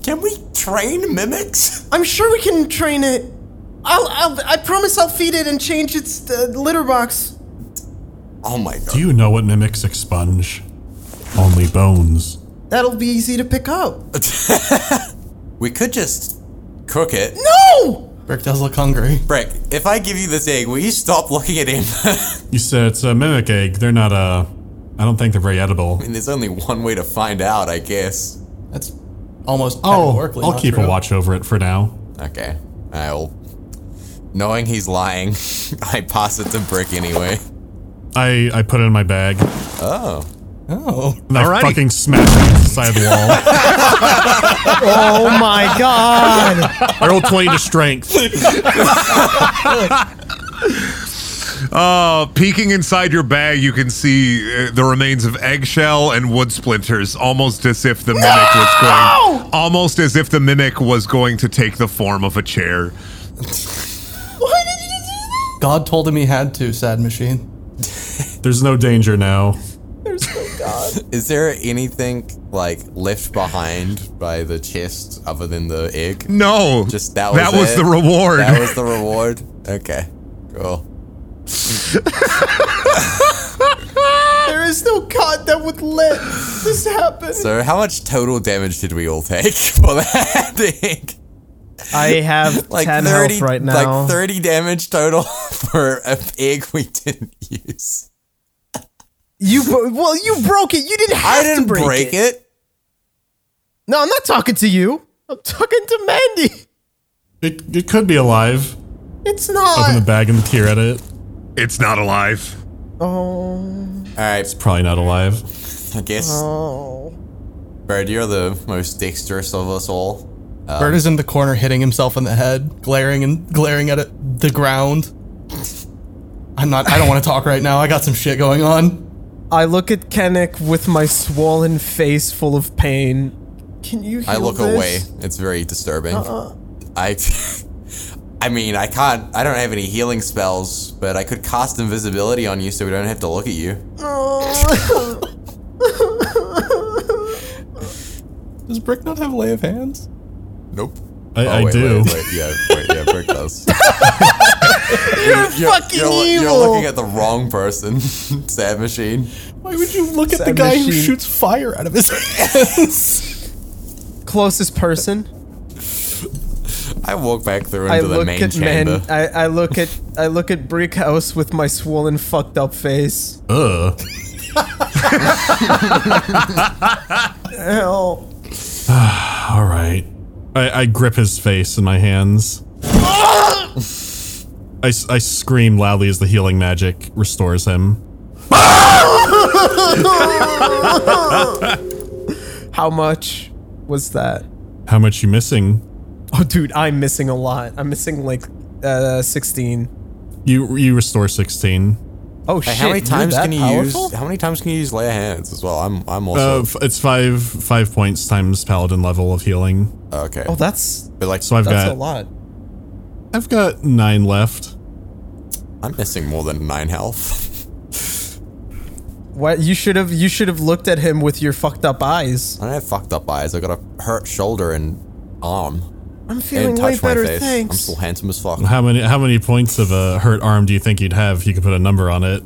[SPEAKER 3] can we train mimics?
[SPEAKER 1] I'm sure we can train it. I'll, I'll I promise I'll feed it and change its uh, litter box.
[SPEAKER 3] Oh my
[SPEAKER 6] Do
[SPEAKER 3] god.
[SPEAKER 6] you know what mimics expunge? Only bones.
[SPEAKER 1] That'll be easy to pick up.
[SPEAKER 3] We could just cook it.
[SPEAKER 1] No!
[SPEAKER 4] Brick does look hungry.
[SPEAKER 3] Brick, if I give you this egg, will you stop looking at him? I
[SPEAKER 6] You said it's a mimic egg. They're not uh I I don't think they're very edible.
[SPEAKER 3] mean, there's only one way to find out, I guess.
[SPEAKER 4] That's almost
[SPEAKER 6] Oh,
[SPEAKER 4] categorically.
[SPEAKER 6] I'll
[SPEAKER 4] not
[SPEAKER 6] keep
[SPEAKER 4] true.
[SPEAKER 6] a watch over it for now.
[SPEAKER 3] Okay. I'll. Knowing he's lying, I pass it to Brick anyway.
[SPEAKER 6] I, I put it in my bag.
[SPEAKER 3] Oh.
[SPEAKER 4] Oh,
[SPEAKER 6] And I
[SPEAKER 2] Alrighty.
[SPEAKER 6] fucking smash it against the side of the wall.
[SPEAKER 1] Oh my god!
[SPEAKER 6] I rolled 20 to strength.
[SPEAKER 2] Uh, peeking inside your bag, you can see uh, the remains of eggshell and wood splinters, almost as if the mimic was going, almost as if the mimic was going to take the form of a chair.
[SPEAKER 4] God told him he had to. Sad machine.
[SPEAKER 6] There's no danger now.
[SPEAKER 3] Is there anything, like, left behind by the chest other than the egg?
[SPEAKER 2] No,
[SPEAKER 3] Just that was
[SPEAKER 2] that was
[SPEAKER 3] it?
[SPEAKER 2] the reward.
[SPEAKER 3] That was the reward? Okay. Cool.
[SPEAKER 1] there is no god that would let this happen.
[SPEAKER 3] So, how much total damage did we all take for that egg?
[SPEAKER 1] I have
[SPEAKER 3] Like
[SPEAKER 1] 10
[SPEAKER 3] thirty,
[SPEAKER 1] health right now.
[SPEAKER 3] like thirty damage total for an egg we didn't use.
[SPEAKER 1] you bro- well, you broke it. You didn't have
[SPEAKER 3] I didn't
[SPEAKER 1] to break, it.
[SPEAKER 3] it.
[SPEAKER 1] No, I'm not talking to you. I'm talking to Mandy.
[SPEAKER 6] It, it could be alive.
[SPEAKER 1] It's
[SPEAKER 6] Open the
[SPEAKER 1] not.
[SPEAKER 6] bag and peer at it.
[SPEAKER 2] it's not alive.
[SPEAKER 1] Oh,
[SPEAKER 3] All right,
[SPEAKER 6] Probably not alive.
[SPEAKER 3] I guess,
[SPEAKER 1] oh.
[SPEAKER 3] Bird, you're the most dexterous of us all.
[SPEAKER 4] Bird is in the corner hitting himself in the head, glaring and glaring at it, the ground. I'm not. I don't want to talk right now. I got some shit going on.
[SPEAKER 1] I look at Kennick with my swollen face full of pain. Can you heal
[SPEAKER 3] I look
[SPEAKER 1] this? Uh-uh.
[SPEAKER 3] away. It's very disturbing. I, I mean, I can't. I don't have any healing spells, but I could cast invisibility on you so we don't have to look at you.
[SPEAKER 4] Does Brick not have lay of hands?
[SPEAKER 3] Nope.
[SPEAKER 6] I, I
[SPEAKER 3] Oh, wait,
[SPEAKER 6] do.
[SPEAKER 3] Wait, wait, yeah, wait, yeah, Brick does.
[SPEAKER 1] You're, fucking
[SPEAKER 3] you're, lo-
[SPEAKER 1] evil.
[SPEAKER 3] You're looking at the wrong person. Sad machine.
[SPEAKER 4] Why would you look at the
[SPEAKER 1] Sad
[SPEAKER 4] guy who
[SPEAKER 1] machine.
[SPEAKER 4] shoots fire out of his hands?
[SPEAKER 1] Closest person.
[SPEAKER 3] I walk back through into
[SPEAKER 1] I
[SPEAKER 3] the
[SPEAKER 1] look
[SPEAKER 3] main
[SPEAKER 1] at
[SPEAKER 3] chamber.
[SPEAKER 1] man. I, I look at I look at Brick House with my swollen, fucked up face.
[SPEAKER 6] Ugh.
[SPEAKER 1] Hell.
[SPEAKER 6] All right. I, I grip his face in my hands. I, s- I scream loudly as the healing magic restores him.
[SPEAKER 1] How much was that?
[SPEAKER 6] How much you missing?
[SPEAKER 1] Oh, dude, I'm missing a lot. I'm missing like uh, 16.
[SPEAKER 6] You you restore sixteen.
[SPEAKER 1] Oh shit!
[SPEAKER 3] Hey, how many
[SPEAKER 1] you're
[SPEAKER 3] times
[SPEAKER 1] that
[SPEAKER 3] can you
[SPEAKER 1] powerful?
[SPEAKER 3] use? How many times can you use lay of hands as well? I'm I'm
[SPEAKER 6] Uh,
[SPEAKER 3] also
[SPEAKER 6] f- it's five five points times paladin level of healing.
[SPEAKER 3] okay.
[SPEAKER 1] Oh, that's
[SPEAKER 3] But like
[SPEAKER 6] Uh, So I've
[SPEAKER 1] that's a
[SPEAKER 6] got
[SPEAKER 1] lot.
[SPEAKER 6] I've got nine left.
[SPEAKER 3] I'm missing more than nine health.
[SPEAKER 1] What you should have you should have looked at him with your fucked up eyes.
[SPEAKER 3] I don't have fucked up eyes. I got a hurt shoulder and arm.
[SPEAKER 1] I'm
[SPEAKER 3] And
[SPEAKER 1] feeling way
[SPEAKER 3] touch my
[SPEAKER 1] better,
[SPEAKER 3] face. I'm
[SPEAKER 1] thanks.
[SPEAKER 3] still handsome as fuck.
[SPEAKER 6] How many how many points of a hurt arm do you think you'd have if you could put a number on it?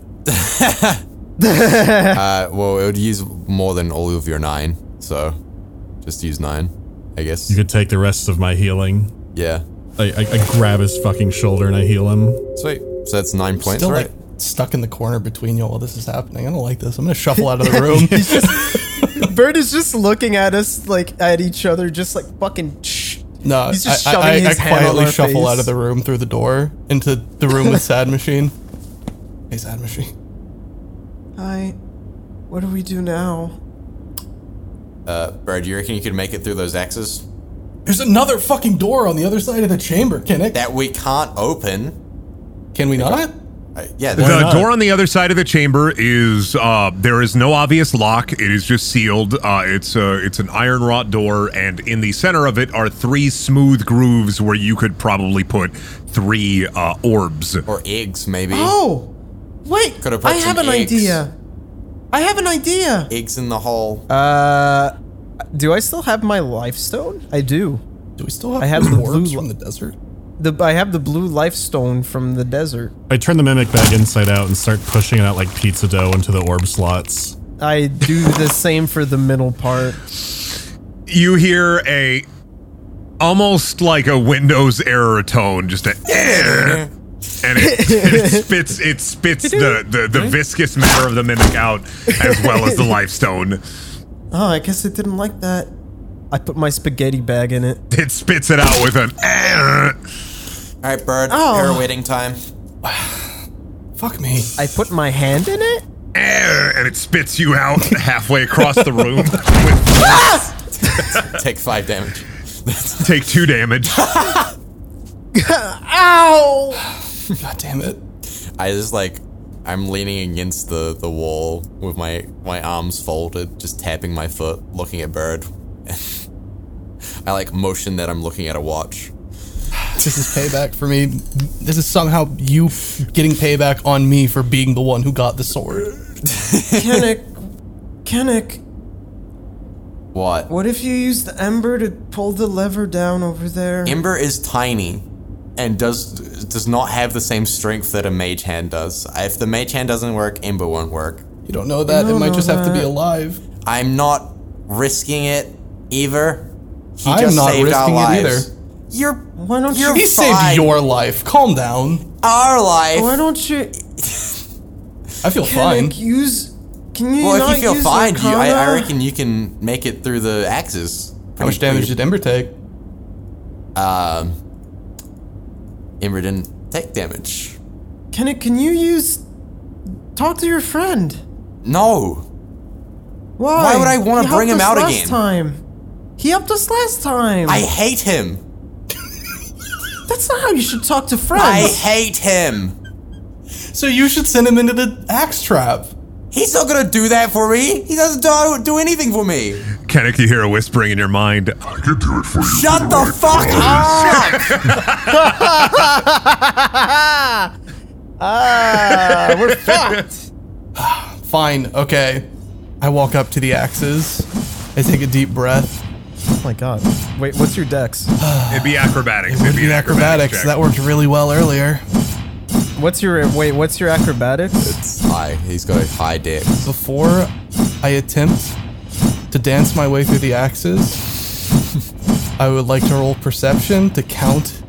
[SPEAKER 3] Uh, well, it would use more than all of your nine, so just use nine, I guess.
[SPEAKER 6] You could take the rest of my healing.
[SPEAKER 3] yeah.
[SPEAKER 6] I, I, I grab his fucking shoulder and I heal him.
[SPEAKER 3] Sweet. So that's nine points,
[SPEAKER 4] Still
[SPEAKER 3] right?
[SPEAKER 4] like stuck in the corner between you while this is happening. I don't like this. I'm gonna shuffle out of the room.
[SPEAKER 1] Bird is just looking at us like at each other, just like fucking. Shh.
[SPEAKER 4] No,
[SPEAKER 1] He's just
[SPEAKER 4] I,
[SPEAKER 1] shoving
[SPEAKER 4] I, I,
[SPEAKER 1] his
[SPEAKER 4] I
[SPEAKER 1] hand on
[SPEAKER 4] quietly
[SPEAKER 1] our
[SPEAKER 4] shuffle
[SPEAKER 1] face.
[SPEAKER 4] out of the room through the door into the room with Sad Machine. Hey, Sad Machine.
[SPEAKER 1] Hi. What do we do now?
[SPEAKER 3] uh, Brad, do you reckon you could make it through those axes
[SPEAKER 4] There's another fucking door on the other side of the chamber, Can it?
[SPEAKER 3] that we can't open?
[SPEAKER 4] Can we not?
[SPEAKER 3] Uh, yeah.
[SPEAKER 2] The
[SPEAKER 3] that's-
[SPEAKER 6] not?
[SPEAKER 2] door on the other side of the chamber is uh, there is no obvious lock. It is just sealed. Uh, it's a, it's an iron wrought door, and in the center of it are three smooth grooves where you could probably put three uh, orbs.
[SPEAKER 3] or eggs, maybe.
[SPEAKER 1] Oh, wait!
[SPEAKER 3] Could've put
[SPEAKER 1] I have
[SPEAKER 3] some
[SPEAKER 1] an
[SPEAKER 3] eggs.
[SPEAKER 1] idea. I have an idea.
[SPEAKER 3] Eggs in the hole.
[SPEAKER 1] Uh, do I still have my lifestone? I do.
[SPEAKER 4] Do we still have
[SPEAKER 1] I have
[SPEAKER 4] those
[SPEAKER 1] the blue
[SPEAKER 4] orbs
[SPEAKER 1] li-
[SPEAKER 4] from the desert?
[SPEAKER 1] The I have the blue lifestone from the desert.
[SPEAKER 6] I turn the mimic bag inside out and start pushing it out like pizza dough into the orb slots.
[SPEAKER 1] I do the same for the middle part.
[SPEAKER 2] You hear a almost like a Windows error tone, just a "Eh," and it, it spits it spits the, the the viscous matter of the mimic out as well as the life stone.
[SPEAKER 1] Oh, I guess it didn't like that. I put my spaghetti bag in it.
[SPEAKER 2] It spits it out with an. "Eh,"
[SPEAKER 3] All right, bird.
[SPEAKER 1] Oh.
[SPEAKER 3] Error waiting time.
[SPEAKER 4] Fuck me.
[SPEAKER 1] I put my hand in it?
[SPEAKER 2] and it spits you out halfway across the room. with,
[SPEAKER 3] Take five damage.
[SPEAKER 2] take two damage.
[SPEAKER 4] God damn it.
[SPEAKER 3] I just like I'm leaning against the the wall with my my arms folded, just tapping my foot, looking at bird. I like motion that I'm looking at a watch.
[SPEAKER 4] This is payback for me. This is somehow you getting payback on me for being the one who got the sword.
[SPEAKER 1] Kennick, Kennick,
[SPEAKER 3] What?
[SPEAKER 1] what if you use the ember to pull the lever down over there?
[SPEAKER 3] Ember is tiny and does does not have the same strength that a mage hand does. If the mage hand doesn't work, Ember won't work.
[SPEAKER 4] You don't know that.
[SPEAKER 1] don't
[SPEAKER 4] it might
[SPEAKER 1] know
[SPEAKER 4] just have to be
[SPEAKER 1] that.
[SPEAKER 4] alive.
[SPEAKER 3] I'm not risking it either. He
[SPEAKER 4] I'm
[SPEAKER 3] just
[SPEAKER 4] not
[SPEAKER 3] saved our
[SPEAKER 4] risking it
[SPEAKER 3] lives.
[SPEAKER 4] either.
[SPEAKER 3] You're
[SPEAKER 1] Why don't
[SPEAKER 3] You're-
[SPEAKER 1] you?
[SPEAKER 4] He
[SPEAKER 3] Fine.
[SPEAKER 4] saved your life. Calm down.
[SPEAKER 3] our life.
[SPEAKER 1] Why don't you?
[SPEAKER 4] I feel fine.
[SPEAKER 1] Kennick, use. Can you
[SPEAKER 3] Well,
[SPEAKER 1] not
[SPEAKER 3] if you feel
[SPEAKER 1] use
[SPEAKER 3] fine, you, I, I
[SPEAKER 1] Arcana?
[SPEAKER 3] reckon you can make it through the axes.
[SPEAKER 4] How much damage did Ember take?
[SPEAKER 3] Ember didn't take damage.
[SPEAKER 1] Kennick, can you use? Talk to your friend.
[SPEAKER 3] No.
[SPEAKER 1] Why?
[SPEAKER 3] Why would I wanna
[SPEAKER 1] He helped
[SPEAKER 3] bring him
[SPEAKER 1] us
[SPEAKER 3] out
[SPEAKER 1] last
[SPEAKER 3] again?
[SPEAKER 1] Time. He helped us last time.
[SPEAKER 3] I hate him.
[SPEAKER 1] That's not how you should talk to friends.
[SPEAKER 3] I hate him.
[SPEAKER 4] So you should send him into the axe trap.
[SPEAKER 3] He's not gonna do that for me. He doesn't do, do anything for me.
[SPEAKER 2] Kenneth, you hear a whispering in your mind.
[SPEAKER 3] Shut the fuck up!
[SPEAKER 4] Fine. Okay. I walk up to the axes. I take a deep breath.
[SPEAKER 1] oh my god. Wait, what's your dex?
[SPEAKER 2] It'd be acrobatics.
[SPEAKER 4] Would be acrobatics.
[SPEAKER 2] check.
[SPEAKER 4] That worked really well earlier.
[SPEAKER 1] What's your wait? What's your acrobatics?
[SPEAKER 3] It's high. He's got a high dex.
[SPEAKER 4] Before I attempt to dance my way through the axes, I would like to roll perception to count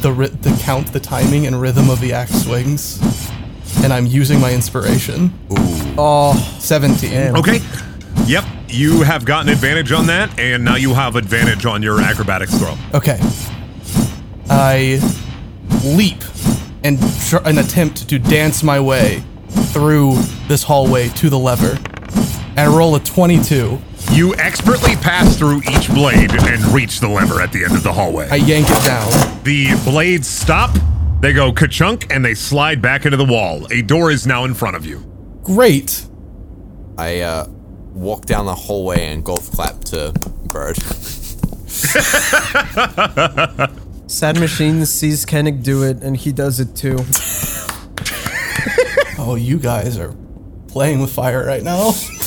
[SPEAKER 4] the ri- to count the timing and rhythm of the axe swings. And I'm using my inspiration.
[SPEAKER 1] Oh,
[SPEAKER 4] 17.
[SPEAKER 2] Okay. Yep. You have gotten advantage on that, and now you have advantage on your acrobatics throw.
[SPEAKER 4] Okay. I leap and tr- an attempt to dance my way through this hallway to the lever. And I roll a 22.
[SPEAKER 2] You expertly pass through each blade and reach the lever at the end of the hallway.
[SPEAKER 4] I yank it down.
[SPEAKER 2] The blades stop, they go ka-chunk, and they slide back into the wall. A door is now in front of you.
[SPEAKER 4] Great.
[SPEAKER 3] I uh, walk down the hallway and golf clap to Bird.
[SPEAKER 1] Sad Machine sees Kennick do it, and he does it too.
[SPEAKER 4] Oh, you guys are playing with fire right now.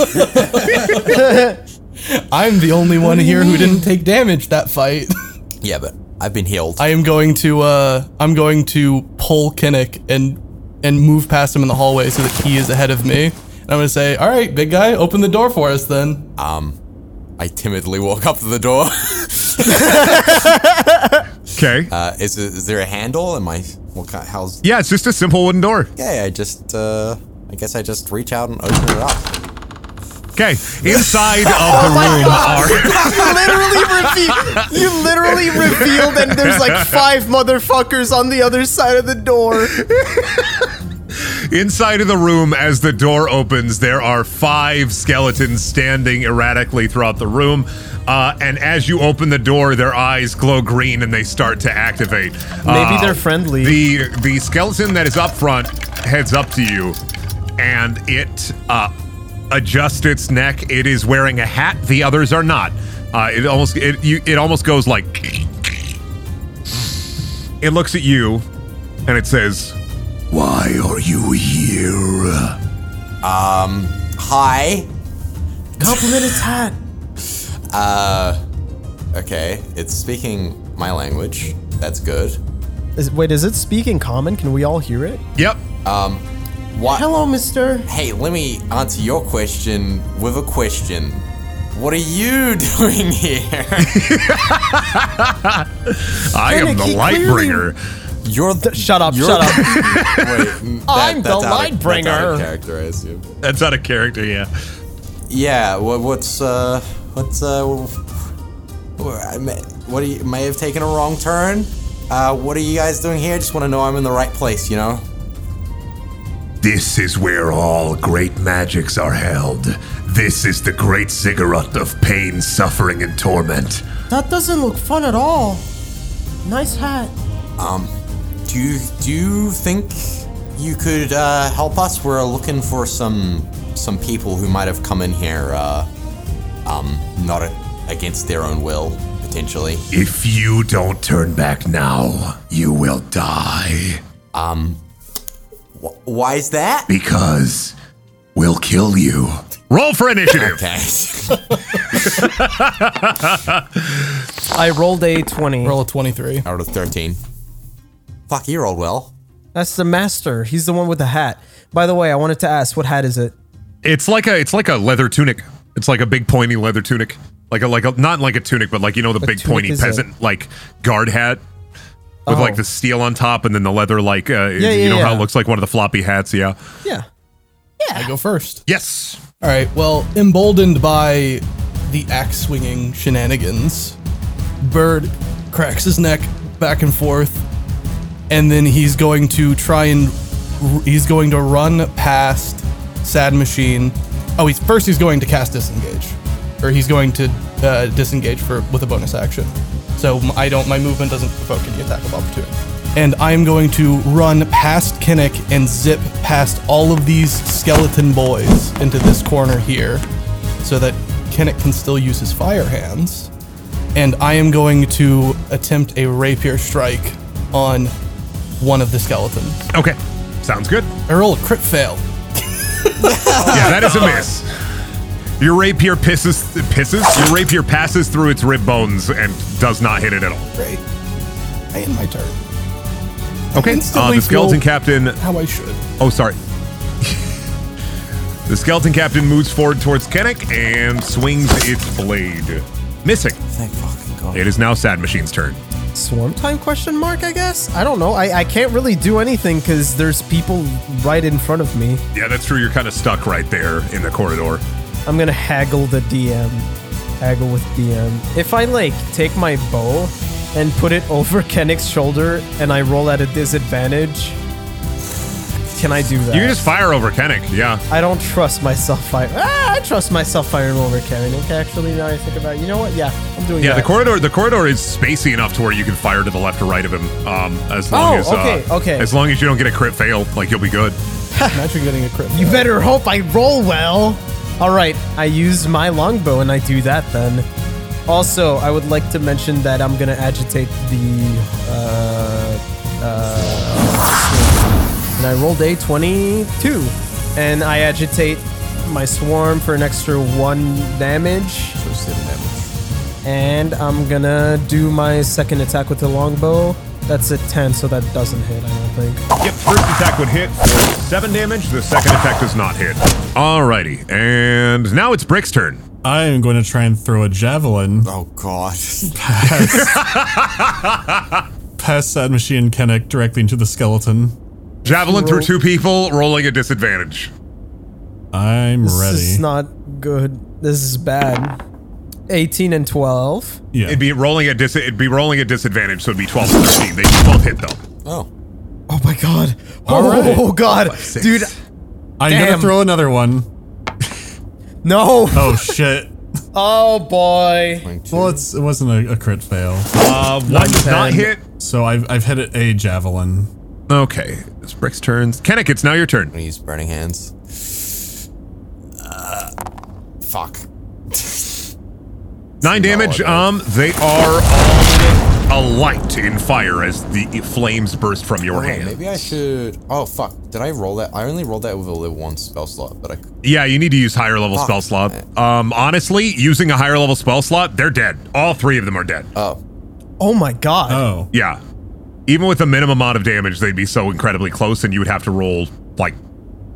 [SPEAKER 4] I'm the only one here who didn't take damage that fight.
[SPEAKER 3] Yeah, but I've been healed.
[SPEAKER 4] I am going to uh I'm going to pull Kinnick and and move past him in the hallway so that he is ahead of me. And I'm gonna say, all right, big guy, open the door for us then.
[SPEAKER 3] I timidly walk up to the door.
[SPEAKER 2] Okay.
[SPEAKER 3] Uh, is, is there a handle? Am I? What kind? How's?
[SPEAKER 2] yeah, it's just a simple wooden door.
[SPEAKER 3] Okay, I just. Uh, I guess I just reach out and open it up.
[SPEAKER 2] Okay. Inside of the room are
[SPEAKER 1] you literally revealed. You literally revealed, and there's like five motherfuckers on the other side of the door.
[SPEAKER 2] inside of the room as the door opens, there are five skeletons standing erratically throughout the room. Uh, and as you open the door, their eyes glow green and they start to activate.
[SPEAKER 1] Maybe
[SPEAKER 2] Uh,
[SPEAKER 1] they're friendly.
[SPEAKER 2] The the skeleton that is up front heads up to you, and it uh, adjusts its neck. It is wearing a hat. The others are not. Uh, it almost it you, it almost goes like. It looks at you, and it says, "Why are you here?"
[SPEAKER 3] Hi.
[SPEAKER 1] Compliment its hat.
[SPEAKER 3] Okay, it's speaking my language. That's good.
[SPEAKER 1] Is, wait, is it speaking common? Can we all hear it?
[SPEAKER 2] Yep.
[SPEAKER 3] What?
[SPEAKER 1] Hello, Mister.
[SPEAKER 3] Hey, let me answer your question with a question. What are you doing here?
[SPEAKER 2] I am
[SPEAKER 1] Fennec,
[SPEAKER 2] the
[SPEAKER 1] he
[SPEAKER 2] light
[SPEAKER 1] clearly-
[SPEAKER 2] bringer.
[SPEAKER 3] You're the.
[SPEAKER 1] Shut up!
[SPEAKER 3] You're
[SPEAKER 1] Shut up!
[SPEAKER 3] Wait, n- that-
[SPEAKER 1] I'm
[SPEAKER 3] that's
[SPEAKER 1] the
[SPEAKER 3] out of-
[SPEAKER 1] light
[SPEAKER 3] that's out of
[SPEAKER 1] bringer.
[SPEAKER 3] character, I assume.
[SPEAKER 2] That's out of character. Yeah.
[SPEAKER 3] Yeah. What, what's uh? What's uh? Or I may, what do you may have taken a wrong turn. Uh, what are you guys doing here? Just want to know I'm in the right place, you know?
[SPEAKER 2] This is where all great magics are held. This is the great ziggurat of pain, suffering, and torment.
[SPEAKER 7] That doesn't look fun at all. Nice hat.
[SPEAKER 3] Do you do you think you could uh, help us? We're looking for some some people who might have come in here, uh, um, not a- against their own will, potentially.
[SPEAKER 2] If you don't turn back now, you will die.
[SPEAKER 3] Um, Wh- Why is that?
[SPEAKER 2] Because we'll kill you. Roll for initiative.
[SPEAKER 3] Okay.
[SPEAKER 1] I rolled a 20.
[SPEAKER 4] Roll a 23.
[SPEAKER 3] Out of thirteen. Fuck, you rolled well.
[SPEAKER 1] That's the master. He's the one with the hat. By the way, I wanted to ask, what hat is it?
[SPEAKER 2] It's like a it's like a leather tunic. It's like a big pointy leather tunic. Like a like a not like a tunic, but like you know the big
[SPEAKER 1] tunic
[SPEAKER 2] pointy
[SPEAKER 1] is a- Oh.
[SPEAKER 2] peasant like guard hat with like the steel on top and then the leather like uh,
[SPEAKER 1] yeah,
[SPEAKER 2] you know how
[SPEAKER 1] yeah.
[SPEAKER 2] it looks like one of the floppy hats, yeah.
[SPEAKER 1] Yeah.
[SPEAKER 4] I go first.
[SPEAKER 2] Yes.
[SPEAKER 4] All right. Well, emboldened by the axe swinging shenanigans, Bird cracks his neck back and forth, and then he's going to try and he's going to run past Sad Machine. Oh, he's first he's going to cast disengage, or he's going to uh, disengage for with a bonus action. So m- I don't my movement doesn't provoke any attack of opportunity. And I am going to run past Kinnick and zip past all of these skeleton boys into this corner here, so that Kinnick can still use his fire hands and I am going to attempt a rapier strike on one of the skeletons.
[SPEAKER 2] Okay. Sounds good.
[SPEAKER 4] I roll a crit fail.
[SPEAKER 2] yeah, that is a miss. Your rapier pisses pisses. Your rapier passes through its rib bones and does not hit it at all.
[SPEAKER 4] Great. I end my turn.
[SPEAKER 2] Okay. Uh,
[SPEAKER 4] instantly
[SPEAKER 2] the skeleton
[SPEAKER 4] feel-
[SPEAKER 2] captain
[SPEAKER 4] How I should.
[SPEAKER 2] Oh, sorry. the skeleton captain moves forward towards Kennick and swings its blade, missing.
[SPEAKER 3] Thank fucking god.
[SPEAKER 2] It is now Sad Machine's turn.
[SPEAKER 1] Swarm time question mark, I guess? I don't know. I, I can't really do anything because there's people right in front of me.
[SPEAKER 2] Yeah, that's true. You're kind of stuck right there in the corridor.
[SPEAKER 1] I'm gonna haggle the DM. Haggle with DM. If I like take my bow and put it over Kennick's shoulder and I roll at a disadvantage, can I do that?
[SPEAKER 2] You can just fire over Kennick. Yeah.
[SPEAKER 1] I don't trust myself fire. Ah, I trust myself firing over Kennick. Actually, now I think about it, you know what? Yeah, I'm doing
[SPEAKER 2] Yeah,
[SPEAKER 1] that.
[SPEAKER 2] the corridor the corridor is spacey enough to where you can fire to the left or right of him. Um, as long
[SPEAKER 1] Oh,
[SPEAKER 2] as
[SPEAKER 1] okay,
[SPEAKER 2] uh,
[SPEAKER 1] okay.
[SPEAKER 2] as long as you don't get a crit fail, like you'll be good.
[SPEAKER 4] Imagine getting a crit.
[SPEAKER 1] You
[SPEAKER 4] fail.
[SPEAKER 1] better hope I roll well. All right, I use my longbow and I do that then. Also, I would like to mention that I'm gonna agitate the. Uh, uh, and I rolled a 22, and I agitate my swarm for an extra one damage. And I'm gonna do my second attack with the longbow. That's a 10, so that doesn't hit, I don't think.
[SPEAKER 2] Yep, first attack would hit for seven damage. The second attack does not hit. Alrighty, and now it's Brick's turn.
[SPEAKER 6] I am going to try and throw a javelin
[SPEAKER 3] Oh god.
[SPEAKER 6] past Sad Machine Kennick directly into the skeleton.
[SPEAKER 2] Javelin through
[SPEAKER 1] Roll.
[SPEAKER 2] two people, rolling a disadvantage.
[SPEAKER 6] I'm ready.
[SPEAKER 1] This is not good. This is bad. 18 and 12.
[SPEAKER 6] yeah.
[SPEAKER 2] It'd be rolling a dis- it'd be rolling a disadvantage, so it'd be 12 and 13. They can both hit though.
[SPEAKER 3] Oh.
[SPEAKER 1] Oh my god. Oh,
[SPEAKER 6] right.
[SPEAKER 1] god. Dude,
[SPEAKER 6] I'm going
[SPEAKER 1] damn.
[SPEAKER 6] to throw another one.
[SPEAKER 1] no.
[SPEAKER 6] Oh shit.
[SPEAKER 1] Oh boy.
[SPEAKER 6] well, it's it wasn't a, a crit fail.
[SPEAKER 2] Uh, one does not hit.
[SPEAKER 6] So I've I've hit it a javelin.
[SPEAKER 2] Okay, it's Brick's turns. Kennick, it's now your turn.
[SPEAKER 3] gonna use burning hands. Uh, fuck.
[SPEAKER 2] Nine
[SPEAKER 3] not
[SPEAKER 2] damage.
[SPEAKER 3] what I-
[SPEAKER 2] Um, they are all alight in fire as the flames burst from your
[SPEAKER 3] Wait,
[SPEAKER 2] hand.
[SPEAKER 3] maybe I should. Oh fuck! Did I roll that? I only rolled that with a level one spell slot, but I.
[SPEAKER 2] Yeah, you need to use higher level
[SPEAKER 3] Fuck.
[SPEAKER 2] spell slot. Um, honestly, using a higher level spell slot, they're dead. All three of them are dead.
[SPEAKER 3] Oh,
[SPEAKER 1] Oh my god.
[SPEAKER 6] Oh.
[SPEAKER 2] Yeah. Even with the minimum amount of damage, they'd be so incredibly close, and you would have to roll like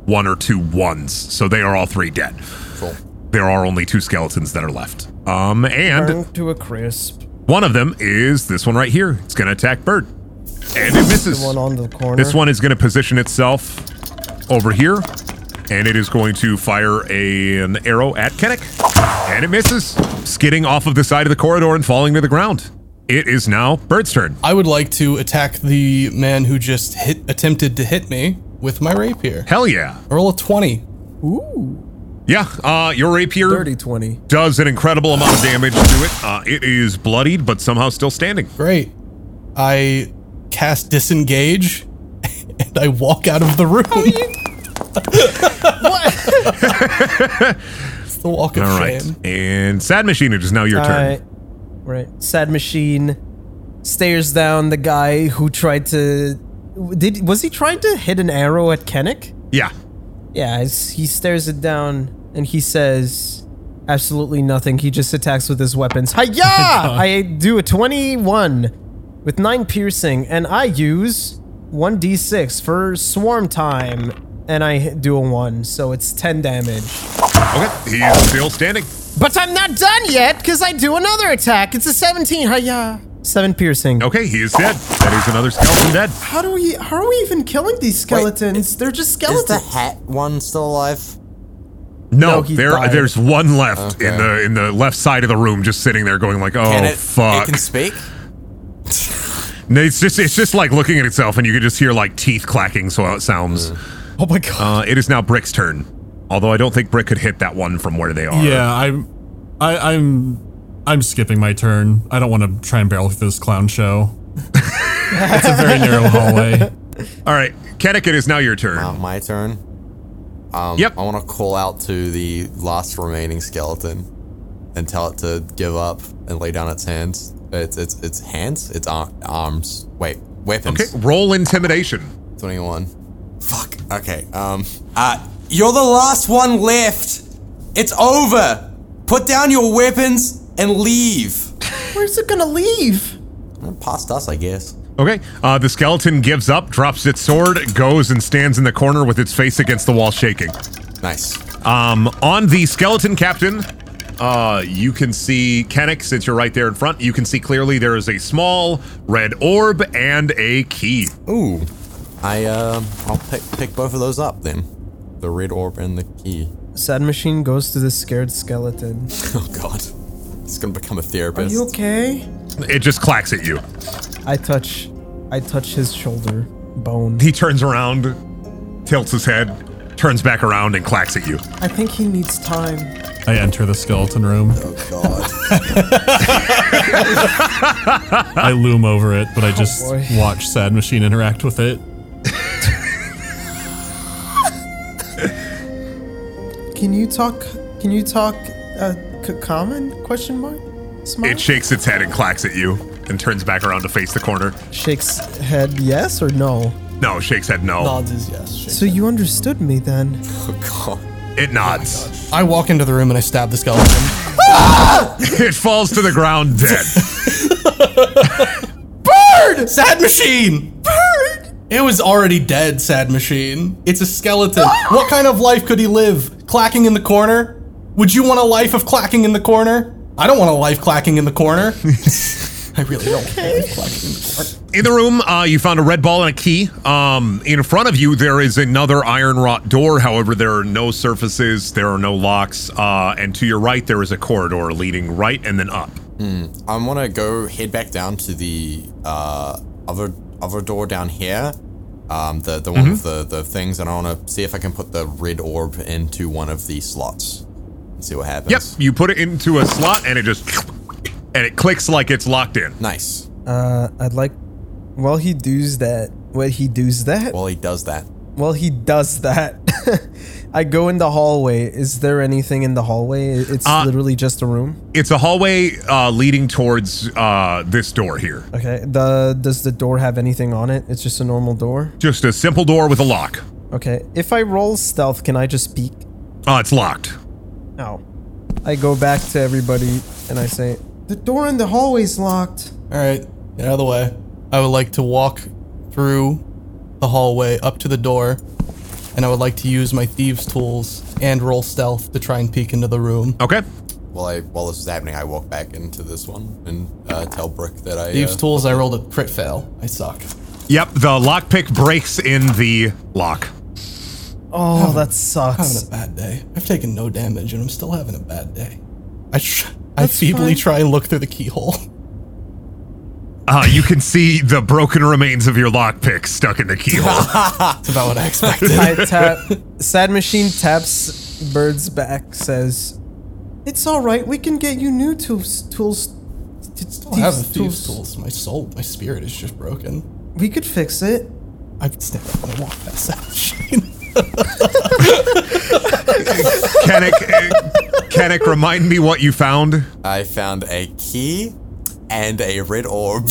[SPEAKER 2] one or two ones. So they are all three dead.
[SPEAKER 3] cool.
[SPEAKER 2] There are only two skeletons that are left. Um, and
[SPEAKER 1] Burn to a crisp.
[SPEAKER 2] one of them is this one right here. It's gonna attack Bird, and it misses.
[SPEAKER 1] The one on the corner.
[SPEAKER 2] This one is gonna position itself over here, and it is going to fire a, an arrow at Kennick, and it misses, skidding off of the side of the corridor and falling to the ground. It is now Bird's turn.
[SPEAKER 4] I would like to attack the man who just hit attempted to hit me with my rapier.
[SPEAKER 2] Hell yeah.
[SPEAKER 4] Roll a 20.
[SPEAKER 2] Yeah, uh, your rapier
[SPEAKER 1] Dirty 20.
[SPEAKER 2] does an incredible amount of damage to it. Uh, it is bloodied, but somehow still standing.
[SPEAKER 4] Great. I cast disengage and I walk out of the room. it's the walk of
[SPEAKER 2] All right.
[SPEAKER 4] shame.
[SPEAKER 2] And Sad Machine, it is now your
[SPEAKER 1] All
[SPEAKER 2] turn.
[SPEAKER 1] right. Right. Sad machine stares down the guy who tried to. Did was he trying to hit an arrow at Kennick?
[SPEAKER 2] Yeah.
[SPEAKER 1] Yeah, as he stares it down and he says absolutely nothing. He just attacks with his
[SPEAKER 3] Oh
[SPEAKER 1] weapons. Hiya! I do a 21 with 9 piercing and I use 1d6 for swarm time and I do a 1, so it's 10 damage.
[SPEAKER 2] Okay. He is still standing.
[SPEAKER 1] But I'm not done yet because I do another attack. It's a 17. Hiya! 7 piercing.
[SPEAKER 2] Okay, he is dead. That is another skeleton dead.
[SPEAKER 8] How do we? How are we even killing these skeletons? They're just
[SPEAKER 3] Is the
[SPEAKER 8] skeletons.
[SPEAKER 3] hat one still alive?
[SPEAKER 2] No,
[SPEAKER 1] No, he
[SPEAKER 2] there
[SPEAKER 1] died.
[SPEAKER 2] there's one left in
[SPEAKER 3] Okay.
[SPEAKER 2] the in the left side of the room just sitting there going like, "Oh
[SPEAKER 3] Can it,
[SPEAKER 2] fuck."
[SPEAKER 3] It can speak.
[SPEAKER 2] No, it's just it's just like looking at itself, and you can just hear like teeth clacking, so how it sounds.
[SPEAKER 3] Mm.
[SPEAKER 4] Oh my god.
[SPEAKER 2] Uh, it is now Brick's turn. Although I don't think Brick could hit that one from where they are.
[SPEAKER 6] Yeah, I'm, I, I'm, I'm skipping my turn. I don't want to try and barrel through this clown show. it's a very narrow hallway.
[SPEAKER 2] All right, Kennick, it is now your turn.
[SPEAKER 3] Uh, my turn. Um,
[SPEAKER 2] Yep.
[SPEAKER 3] I want to call out to the last remaining skeleton and tell it to give up and lay down its hands. Its its its hands. Its ar- arms. Wait, weapons.
[SPEAKER 2] Okay, roll intimidation.
[SPEAKER 3] 21. Fuck. Okay. Um. Uh, you're the last one left. It's over. Put down your weapons and leave.
[SPEAKER 8] Where's it gonna leave?
[SPEAKER 3] Past us, I guess.
[SPEAKER 2] Okay, uh, the skeleton gives up, drops its sword, goes and stands in the corner with its face against the wall, shaking.
[SPEAKER 3] Nice.
[SPEAKER 2] Um, on the skeleton captain, uh, you can see Kennick, since you're right there in front, you can see clearly there is a small red orb and a key.
[SPEAKER 3] Ooh. I um. I'll pick pick both of those up then. The red orb and the key.
[SPEAKER 1] Sad machine goes to the scared skeleton.
[SPEAKER 3] Oh God. It's gonna become a
[SPEAKER 8] Are
[SPEAKER 3] therapist.
[SPEAKER 8] you okay?
[SPEAKER 2] It just clacks at you.
[SPEAKER 1] I touch, I touch his shoulder bone.
[SPEAKER 2] He turns around, tilts his head, turns back around, and clacks at you.
[SPEAKER 8] I think he needs time.
[SPEAKER 6] I enter the skeleton room.
[SPEAKER 3] oh God.
[SPEAKER 6] I loom over it, but I just
[SPEAKER 1] boy.
[SPEAKER 6] watch Sad Machine interact with it.
[SPEAKER 8] Can you talk? Can you talk? Uh, c- common? Question mark. Smile.
[SPEAKER 2] It shakes its head and clacks at you, and turns back around to face the corner.
[SPEAKER 1] Shakes head yes or no.
[SPEAKER 2] No, shakes head no.
[SPEAKER 4] Nods is yes. Shake.
[SPEAKER 1] So you understood me then.
[SPEAKER 3] oh God.
[SPEAKER 2] It nods.
[SPEAKER 4] I walk into the room and I stab the skeleton.
[SPEAKER 2] it falls to the ground dead.
[SPEAKER 4] Sad machine! Bird! It was already dead, sad machine. It's a skeleton. what kind of life could he live? Clacking in the corner? Would you want a life of clacking in the corner? I don't want a life clacking in the corner. I really don't. Clacking in the corner.
[SPEAKER 2] In the room, uh, you found a red ball and a key. Um, in front of you, there is another iron wrought door. However, there are no surfaces, there are no locks. Uh, and to your right, there is a corridor leading right and then up.
[SPEAKER 3] I want to go head back down to the uh, other other door down here, um, the the one with the the things, and I want to see if I can put the red orb into one of the slots and see what happens.
[SPEAKER 2] Yep, you put it into a slot and it just. And it clicks like it's locked in.
[SPEAKER 3] Nice.
[SPEAKER 1] Uh, I'd like. Well, he does that. Well, he does that.
[SPEAKER 3] While he does that,
[SPEAKER 1] Well, he does that. I go in the hallway. Is there anything in the hallway? It's
[SPEAKER 2] Uh,
[SPEAKER 1] literally just a room.
[SPEAKER 2] It's a hallway uh, leading towards uh, this door here.
[SPEAKER 1] Okay. The does the door have anything on it? It's just a normal door.
[SPEAKER 2] Just a simple door with a lock.
[SPEAKER 1] Okay. If I roll stealth, can I just peek?
[SPEAKER 2] Uh, it's locked.
[SPEAKER 1] No. I go back to everybody and I say,
[SPEAKER 8] The door in the hallway's locked.
[SPEAKER 4] All right, get out of the way. I would like to walk through the hallway up to the door, and I would like to use my thieves' tools and roll stealth to try and peek into the room.
[SPEAKER 2] Okay.
[SPEAKER 3] while I while this is happening, I walk back into this one and uh, tell Brick that I.
[SPEAKER 4] Thieves'
[SPEAKER 3] uh,
[SPEAKER 4] tools, I rolled a crit fail. I suck.
[SPEAKER 2] Yep, the lockpick breaks in the lock.
[SPEAKER 9] Oh, that
[SPEAKER 4] having
[SPEAKER 9] sucks.
[SPEAKER 4] a bad day. I've taken no damage and I'm still having a bad day. I tr- I feebly try and look through the keyhole.
[SPEAKER 2] Ah, you can see the broken remains of your lockpick stuck in the keyhole.
[SPEAKER 4] That's about what I expected.
[SPEAKER 9] I tap. Sad machine taps Bird's back. Says,
[SPEAKER 7] It's all right. We can get you new tools. Tools.
[SPEAKER 4] I don't have the thieves' tools. My soul, my spirit is just broken.
[SPEAKER 7] We could fix it.
[SPEAKER 4] I would stand up and I walk past that machine.
[SPEAKER 2] Kennick, uh, Kennick, remind me what you found.
[SPEAKER 3] I found a key and a red orb.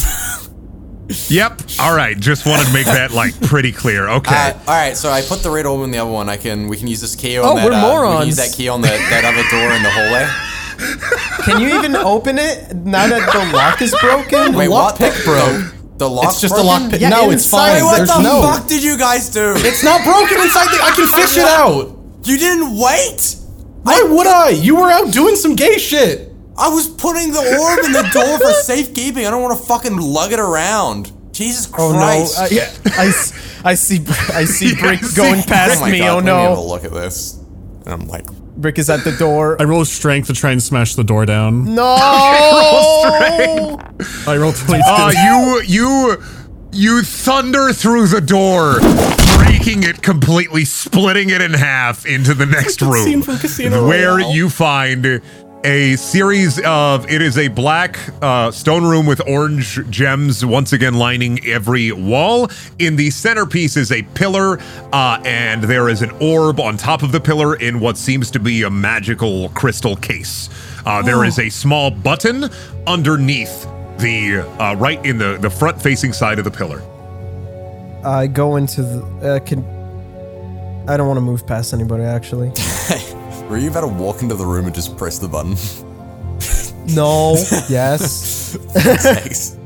[SPEAKER 2] Yep. All right. Just wanted to make that like pretty clear. Okay.
[SPEAKER 3] Uh, all right, so I put the red orb in the other one. I can we can use this key on
[SPEAKER 9] Oh,
[SPEAKER 3] that.
[SPEAKER 9] we're
[SPEAKER 3] uh, We can
[SPEAKER 9] morons.
[SPEAKER 3] use that key on the, that other door in the hallway.
[SPEAKER 9] "Can you even open it now that the lock is broken?"
[SPEAKER 3] Wait, what?
[SPEAKER 4] lockpick
[SPEAKER 3] The-
[SPEAKER 4] broke.
[SPEAKER 3] The, the lock.
[SPEAKER 4] It's just a
[SPEAKER 3] broken?
[SPEAKER 4] lockpick.
[SPEAKER 9] Yeah,
[SPEAKER 4] no, it's
[SPEAKER 9] inside.
[SPEAKER 4] fine.
[SPEAKER 3] Wait, what
[SPEAKER 4] There's
[SPEAKER 3] the
[SPEAKER 4] no.
[SPEAKER 3] fuck did you guys do?
[SPEAKER 4] It's not broken inside. The- I can fish it out.
[SPEAKER 3] you didn't wait.
[SPEAKER 4] Why would I? You were out doing some gay shit.
[SPEAKER 3] I was putting the orb in the door for safekeeping. I don't want to fucking lug it around. Jesus
[SPEAKER 9] Oh no!
[SPEAKER 3] Christ.
[SPEAKER 9] I,
[SPEAKER 1] Uh,
[SPEAKER 9] I s- I see. I see Brick
[SPEAKER 2] see
[SPEAKER 9] going
[SPEAKER 2] Brick.
[SPEAKER 9] past
[SPEAKER 3] my
[SPEAKER 9] me.
[SPEAKER 3] God,
[SPEAKER 9] Oh
[SPEAKER 3] let have a
[SPEAKER 9] no!
[SPEAKER 3] look at this. And I'm like,
[SPEAKER 9] Brick is at the door.
[SPEAKER 6] I roll strength to try and smash the door down.
[SPEAKER 9] No!
[SPEAKER 6] I roll 22.
[SPEAKER 2] Uh, you you you thunder through the door, breaking it completely, splitting it in half into the next room, where you find a series of it is a black uh, stone room with orange gems once again lining every wall. In the centerpiece is a pillar, uh, and there is an orb on top of the pillar in what seems to be a magical crystal case. Uh, there is a small button underneath the uh, right in the the front facing side of the pillar.
[SPEAKER 9] I go into the. Uh, can. I don't want to move past anybody. Actually,
[SPEAKER 3] were you about to walk into the room and just press the button?
[SPEAKER 9] no. Yes.
[SPEAKER 3] Thanks.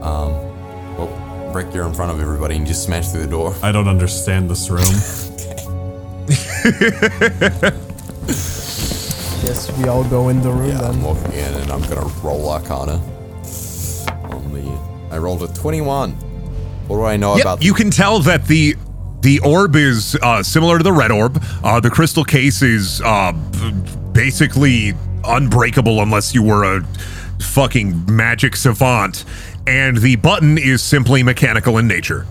[SPEAKER 3] Um, well, Brick, you're in front of everybody and you just smash through the door.
[SPEAKER 6] I don't understand this room.
[SPEAKER 9] Yes, we all go in the room
[SPEAKER 3] Yeah, I'm
[SPEAKER 9] then.
[SPEAKER 3] walking in and I'm gonna roll Arcana. On the, I rolled a 21. What do I know
[SPEAKER 2] Yep,
[SPEAKER 3] about?
[SPEAKER 2] you can tell that the the orb is uh, similar to the red orb. Uh, the crystal case is uh, b- basically unbreakable unless you were a fucking magic savant, and the button is simply mechanical in nature.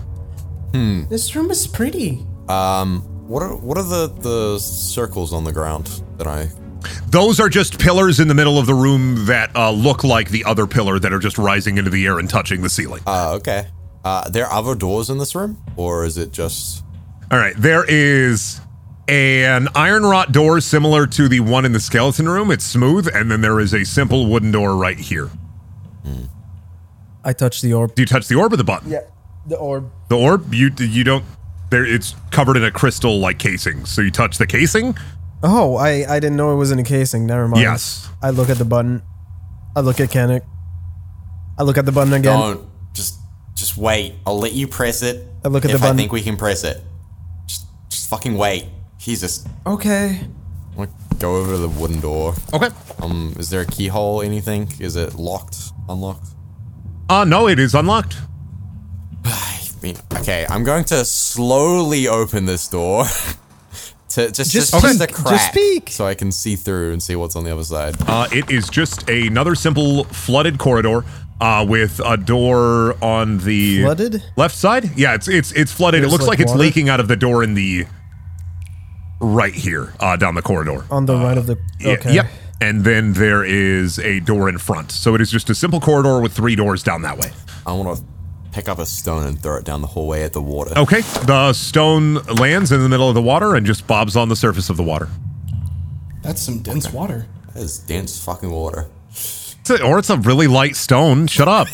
[SPEAKER 7] This room is pretty.
[SPEAKER 3] What are what are the the circles on the ground that I?
[SPEAKER 2] Those are just pillars in the middle of the room that uh, look like the other pillar that are just rising into the air and touching the ceiling.
[SPEAKER 3] Uh, okay. Uh, there are other doors in this room, or is it just?
[SPEAKER 2] All right, there is an iron wrought door similar to the one in the skeleton room. It's smooth, and then there is a simple wooden door right here.
[SPEAKER 9] I touch the orb.
[SPEAKER 2] Do you touch the orb or the button?
[SPEAKER 9] Yeah, the orb.
[SPEAKER 2] The orb, you you don't. There, it's covered in a crystal like casing. So you touch the casing.
[SPEAKER 9] Oh, I I didn't know it was in a casing. Never mind.
[SPEAKER 2] Yes.
[SPEAKER 9] I look at the button. I look at Kanik. I look at the button again.
[SPEAKER 3] Don't just just wait. I'll let you press it.
[SPEAKER 9] I look at
[SPEAKER 3] if
[SPEAKER 9] the button.
[SPEAKER 3] I think we can press it. Just just fucking wait. Jesus.
[SPEAKER 7] Okay.
[SPEAKER 3] I'm gonna go over to the wooden door.
[SPEAKER 2] Okay.
[SPEAKER 3] Um, is there a keyhole? Anything? Is it locked? Unlocked?
[SPEAKER 2] Uh no, it is unlocked.
[SPEAKER 3] I mean, okay, I'm going to slowly open this door. To, just, just, just,
[SPEAKER 2] peek,
[SPEAKER 3] a
[SPEAKER 2] just
[SPEAKER 3] crack,
[SPEAKER 9] peek.
[SPEAKER 3] so I can see through and see what's on the other side.
[SPEAKER 2] Uh, it is just another simple flooded corridor uh, with a door on the
[SPEAKER 9] Flooded?
[SPEAKER 2] left side. Yeah, it's it's it's flooded. it
[SPEAKER 9] There's,
[SPEAKER 2] looks like,
[SPEAKER 9] like,
[SPEAKER 2] it's
[SPEAKER 9] water?
[SPEAKER 2] leaking out of the door in the right here uh, down the corridor.
[SPEAKER 9] On the right of the.
[SPEAKER 2] Yeah,
[SPEAKER 9] Oh, Okay.
[SPEAKER 2] Yep. And then there is a door in front. So it is just a simple corridor with three doors down that way.
[SPEAKER 3] I want to pick up a stone and throw it down the hallway at the water.
[SPEAKER 2] Okay. The stone lands in the middle of the water and just bobs on the surface of the water.
[SPEAKER 4] That's some dense water.
[SPEAKER 3] That is dense fucking water.
[SPEAKER 2] It's a- or it's a really light stone. Shut up.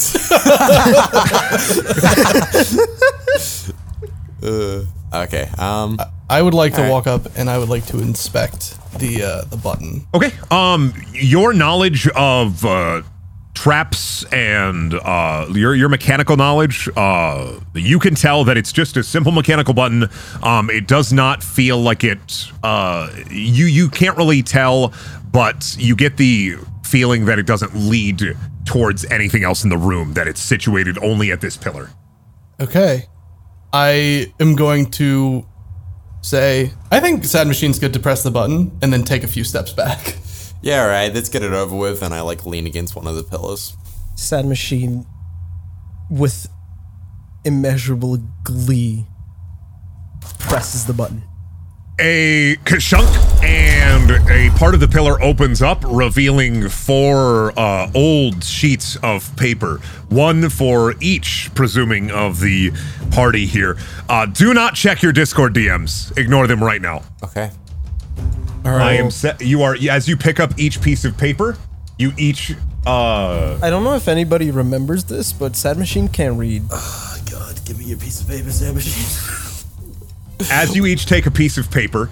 [SPEAKER 3] Okay, um,
[SPEAKER 4] I would like to walk up and I would like to inspect the uh, the button.
[SPEAKER 2] Okay. Um, your knowledge of uh, traps and uh, your your mechanical knowledge, uh, you can tell that it's just a simple mechanical button. Um, it does not feel like it. Uh, you you can't really tell, but you get the feeling that it doesn't lead towards anything else in the room. That it's situated only at this pillar.
[SPEAKER 4] Okay. I am going to say, I think Sad Machine's good to press the button and then take a few steps back.
[SPEAKER 3] Yeah, all right, let's get it over with. And I like lean against one of the pillows.
[SPEAKER 1] Sad Machine, with immeasurable glee, presses the button.
[SPEAKER 2] a kashunk and a part of the pillar opens up, revealing four uh, old sheets of paper, one for each, presuming of the party here. Uh, do not check your Discord DMs; ignore them right now.
[SPEAKER 3] Okay.
[SPEAKER 2] I am set. You are as you pick up each piece of paper, you each. Uh,
[SPEAKER 1] I don't know if anybody remembers this, but Sad Machine can't read.
[SPEAKER 3] God, give me your piece of paper, Sam Machine.
[SPEAKER 2] as you each take a piece of paper,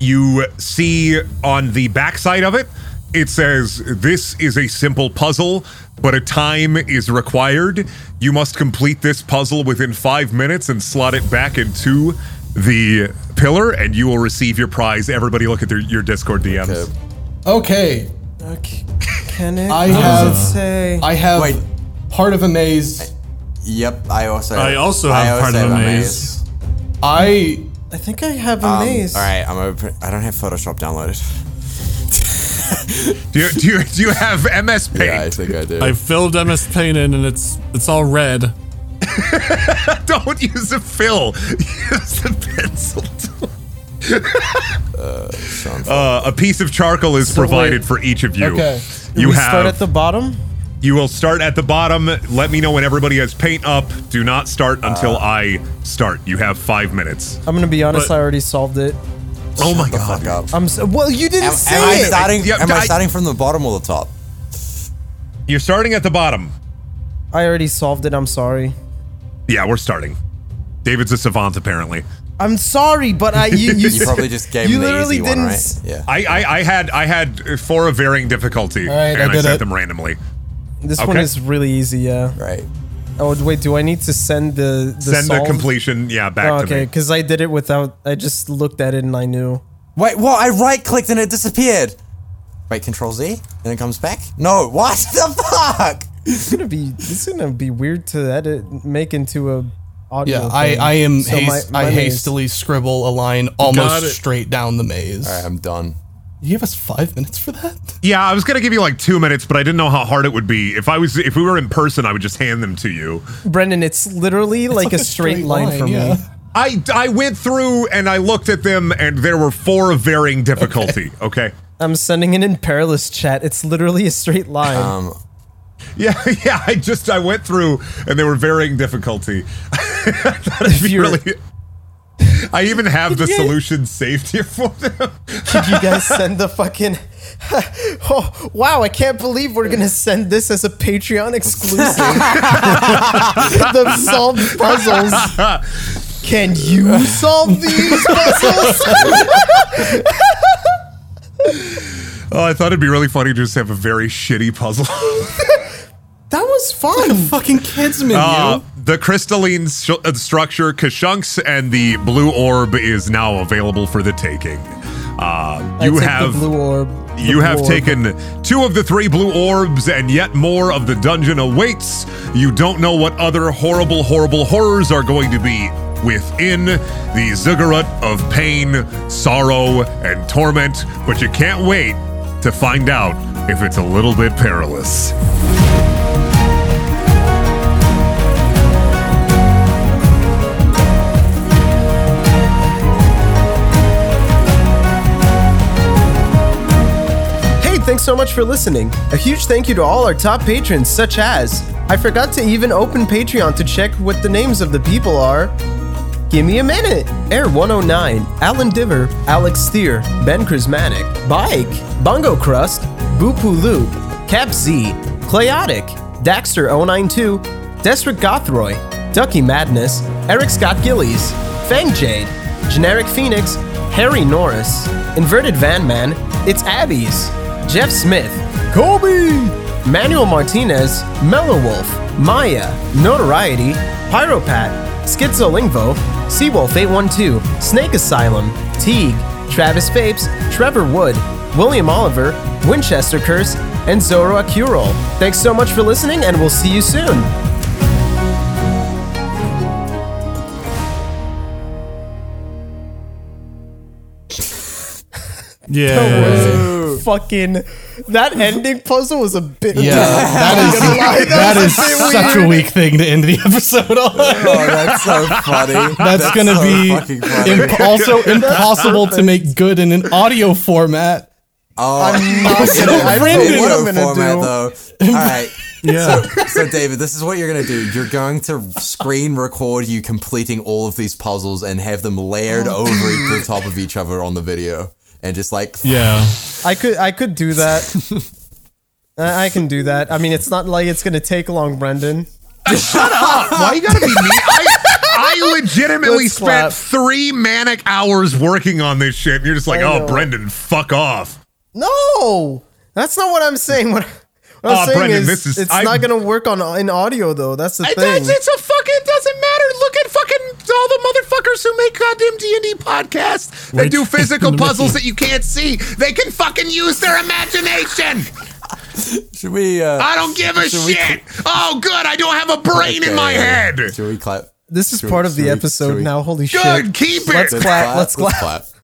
[SPEAKER 2] you see on the backside of it, it says, This is a simple puzzle, but a time is required. You must complete this puzzle within five minutes and slot it back into the pillar, and you will receive your prize. Everybody, look at their, your Discord DMs.
[SPEAKER 3] Okay.
[SPEAKER 4] Okay,
[SPEAKER 1] Okay. Can it?
[SPEAKER 4] I
[SPEAKER 1] what does
[SPEAKER 4] have-
[SPEAKER 1] it say?
[SPEAKER 4] I have
[SPEAKER 3] Wait.
[SPEAKER 4] part of a maze.
[SPEAKER 3] Yep, I also.
[SPEAKER 6] I also have part of
[SPEAKER 3] have
[SPEAKER 6] the
[SPEAKER 3] a
[SPEAKER 6] maze.
[SPEAKER 4] I
[SPEAKER 1] I think I have a
[SPEAKER 3] Um,
[SPEAKER 1] maze.
[SPEAKER 3] All right, I'm open. I don't have Photoshop downloaded.
[SPEAKER 2] Do, you, do, you, do you have MS Paint?
[SPEAKER 3] Yeah, I think I do.
[SPEAKER 6] I filled MS Paint in, and it's it's all red.
[SPEAKER 2] Don't use a fill, use the pencil tool. Uh, a piece of charcoal is provided for each of you.
[SPEAKER 4] Okay.
[SPEAKER 2] You
[SPEAKER 1] we
[SPEAKER 2] have
[SPEAKER 1] start at the bottom.
[SPEAKER 2] You will start at the bottom. Let me know when everybody has paint up. Do not start until I start. You have five minutes.
[SPEAKER 1] I'm gonna be honest.
[SPEAKER 6] But-
[SPEAKER 1] I already solved it.
[SPEAKER 2] oh my
[SPEAKER 3] Shut the
[SPEAKER 2] god.
[SPEAKER 3] fuck up.
[SPEAKER 1] I'm. s well, you didn't
[SPEAKER 3] Am,
[SPEAKER 1] say
[SPEAKER 3] am I
[SPEAKER 1] it.
[SPEAKER 3] starting?
[SPEAKER 2] Yeah,
[SPEAKER 3] am I,
[SPEAKER 2] I-
[SPEAKER 3] starting from the bottom or the top?
[SPEAKER 2] You're starting at the bottom.
[SPEAKER 1] I already solved it. I'm sorry.
[SPEAKER 2] Yeah, we're starting. David's a savant, apparently.
[SPEAKER 1] I'm sorry, but I. You, you,
[SPEAKER 3] You probably just gave
[SPEAKER 1] You
[SPEAKER 3] me the
[SPEAKER 1] literally
[SPEAKER 3] easy
[SPEAKER 1] didn't
[SPEAKER 3] one, right?
[SPEAKER 1] s-
[SPEAKER 3] Yeah.
[SPEAKER 2] I, I, I had I had four of varying difficulty,
[SPEAKER 4] right,
[SPEAKER 2] and
[SPEAKER 4] I
[SPEAKER 2] I,
[SPEAKER 4] did
[SPEAKER 2] set
[SPEAKER 4] it.
[SPEAKER 2] them randomly.
[SPEAKER 1] This one
[SPEAKER 2] Okay.
[SPEAKER 1] is really easy. Yeah.
[SPEAKER 3] right.
[SPEAKER 1] Oh wait, do I need to send the, the
[SPEAKER 2] Send the
[SPEAKER 1] solved?
[SPEAKER 2] completion, yeah, back
[SPEAKER 1] Oh,
[SPEAKER 2] to
[SPEAKER 1] okay,
[SPEAKER 2] me.
[SPEAKER 1] because I did it without. I just looked at it and I knew.
[SPEAKER 3] Wait, what? I right clicked and it disappeared. Wait, Control Z and it comes back. No, what the fuck?
[SPEAKER 1] It's gonna be. It's gonna be weird to edit, make into a audio.
[SPEAKER 4] yeah, I,
[SPEAKER 1] thing.
[SPEAKER 4] I am
[SPEAKER 1] So my-
[SPEAKER 4] hast-
[SPEAKER 1] my
[SPEAKER 4] I
[SPEAKER 1] maze-
[SPEAKER 4] hastily scribble a line
[SPEAKER 6] Got
[SPEAKER 4] almost
[SPEAKER 6] it.
[SPEAKER 4] straight down the maze.
[SPEAKER 3] All right, I'm done.
[SPEAKER 4] You give us five minutes for that?
[SPEAKER 2] Yeah, I was gonna give you like two minutes, but I didn't know how hard it would be. If I was if we were in person, I would just hand them to you.
[SPEAKER 1] Brendan, it's literally like, a straight, line, for
[SPEAKER 4] yeah.
[SPEAKER 1] me.
[SPEAKER 2] I I went through and I looked at them, and there were four of varying difficulty. okay?
[SPEAKER 1] I'm sending it in perilous chat. It's literally a straight line.
[SPEAKER 3] Um,
[SPEAKER 2] Yeah, yeah. I just I went through and they were varying difficulty. I thought it'd
[SPEAKER 1] If
[SPEAKER 2] be
[SPEAKER 1] you're-
[SPEAKER 2] really. I even have the solution saved here for them.
[SPEAKER 1] Could you guys send the fucking? oh wow! I can't believe we're gonna send this as a Patreon exclusive. the solved puzzles. Can you solve these puzzles?
[SPEAKER 2] Oh, I thought it'd be really funny to just have a very shitty puzzle.
[SPEAKER 1] that was fun.
[SPEAKER 4] Fucking kids menu.
[SPEAKER 2] Uh, the crystalline sh- uh, structure, Kashunks, and the blue orb is now available for the taking. Uh, you
[SPEAKER 1] I take
[SPEAKER 2] have
[SPEAKER 1] the blue orb. the
[SPEAKER 2] You have
[SPEAKER 1] blue orb.
[SPEAKER 2] taken two of the three blue orbs, and yet more of the dungeon awaits. You don't know what other horrible, horrible horrors are going to be within the ziggurat of pain, sorrow, and torment, but you can't wait to find out if it's a little bit perilous.
[SPEAKER 10] Hey, thanks so much for listening.
[SPEAKER 1] A huge thank you to all our top patrons, such as I forgot to even open Patreon to check what the names of the people are. Gimme a minute. Air 109, Alan Diver, Alex Steer, Ben Chrismatic, Bike, Bongo Crust, Bupu Loop, Cap Z, oh Clayotic, Daxter092, Desric Gothroy, Ducky Madness, Eric Scott Gillies, Fang Jade, Generic Phoenix, Harry Norris, Inverted Van Man, It's Abby's, Jeff Smith, Kobe, Manuel Martinez, Mellow Wolf, Maya, Notoriety, Pyropat, Schizolingvo, Seawolf812, Snake Asylum, Teague, Travis Fapes, Trevor Wood, William Oliver, Winchester Curse, and Zoro Akurol. Thanks so much for listening, and we'll see you soon.
[SPEAKER 6] Yeah.
[SPEAKER 9] Fucking that ending puzzle was a bit.
[SPEAKER 4] Yeah, that is that is such a weak thing to end the episode on.
[SPEAKER 3] Oh, that's so funny.
[SPEAKER 4] That's, gonna
[SPEAKER 3] so fucking
[SPEAKER 4] be
[SPEAKER 3] funny.
[SPEAKER 4] imp- also impossible to make good in an audio format.
[SPEAKER 3] Oh, I'm not
[SPEAKER 9] gonna- I don't know what I'm gonna do.
[SPEAKER 3] Though. All right.
[SPEAKER 6] Yeah.
[SPEAKER 3] So, David, this is what you're going to do. You're going to screen record you completing all of these puzzles and have them
[SPEAKER 9] Oh.
[SPEAKER 3] layered over the top of each other on the video. And just like,
[SPEAKER 6] Yeah.
[SPEAKER 9] I could I could do that. I I can do that. I mean, it's not like it's gonna take long, Brendan.
[SPEAKER 2] Why you gotta be mean? I, I legitimately
[SPEAKER 9] Let's
[SPEAKER 2] spent
[SPEAKER 9] clap.
[SPEAKER 2] three manic hours working on this shit, and you're just like,
[SPEAKER 9] I
[SPEAKER 2] oh,
[SPEAKER 9] know.
[SPEAKER 2] Brendan, fuck off.
[SPEAKER 9] No, that's not what I'm saying. What, what I'm
[SPEAKER 2] Aw,
[SPEAKER 9] saying
[SPEAKER 2] Ah, Oh, Brendan,
[SPEAKER 9] is,
[SPEAKER 2] this is-
[SPEAKER 9] it's
[SPEAKER 2] I'm-
[SPEAKER 9] not gonna work on in audio though. That's the
[SPEAKER 2] It,
[SPEAKER 9] thing.
[SPEAKER 2] it's, it's a fucking it doesn't matter. Look at fucking all the motherfuckers who make goddamn D and D podcasts that do physical puzzles that you can't see. They can fucking use their imagination.
[SPEAKER 3] should we. Uh,
[SPEAKER 2] I don't give a
[SPEAKER 3] Should we-
[SPEAKER 2] shit. Oh, good, I don't have a brain in my
[SPEAKER 3] okay,
[SPEAKER 2] head. Good,
[SPEAKER 3] Should we clap?
[SPEAKER 9] this is
[SPEAKER 3] Should we-
[SPEAKER 9] part of
[SPEAKER 3] should
[SPEAKER 9] the
[SPEAKER 3] we-
[SPEAKER 9] episode
[SPEAKER 3] should we-
[SPEAKER 9] now. Holy shit!
[SPEAKER 2] keep it.
[SPEAKER 9] Let's clap. Let's clap.
[SPEAKER 3] Let's clap.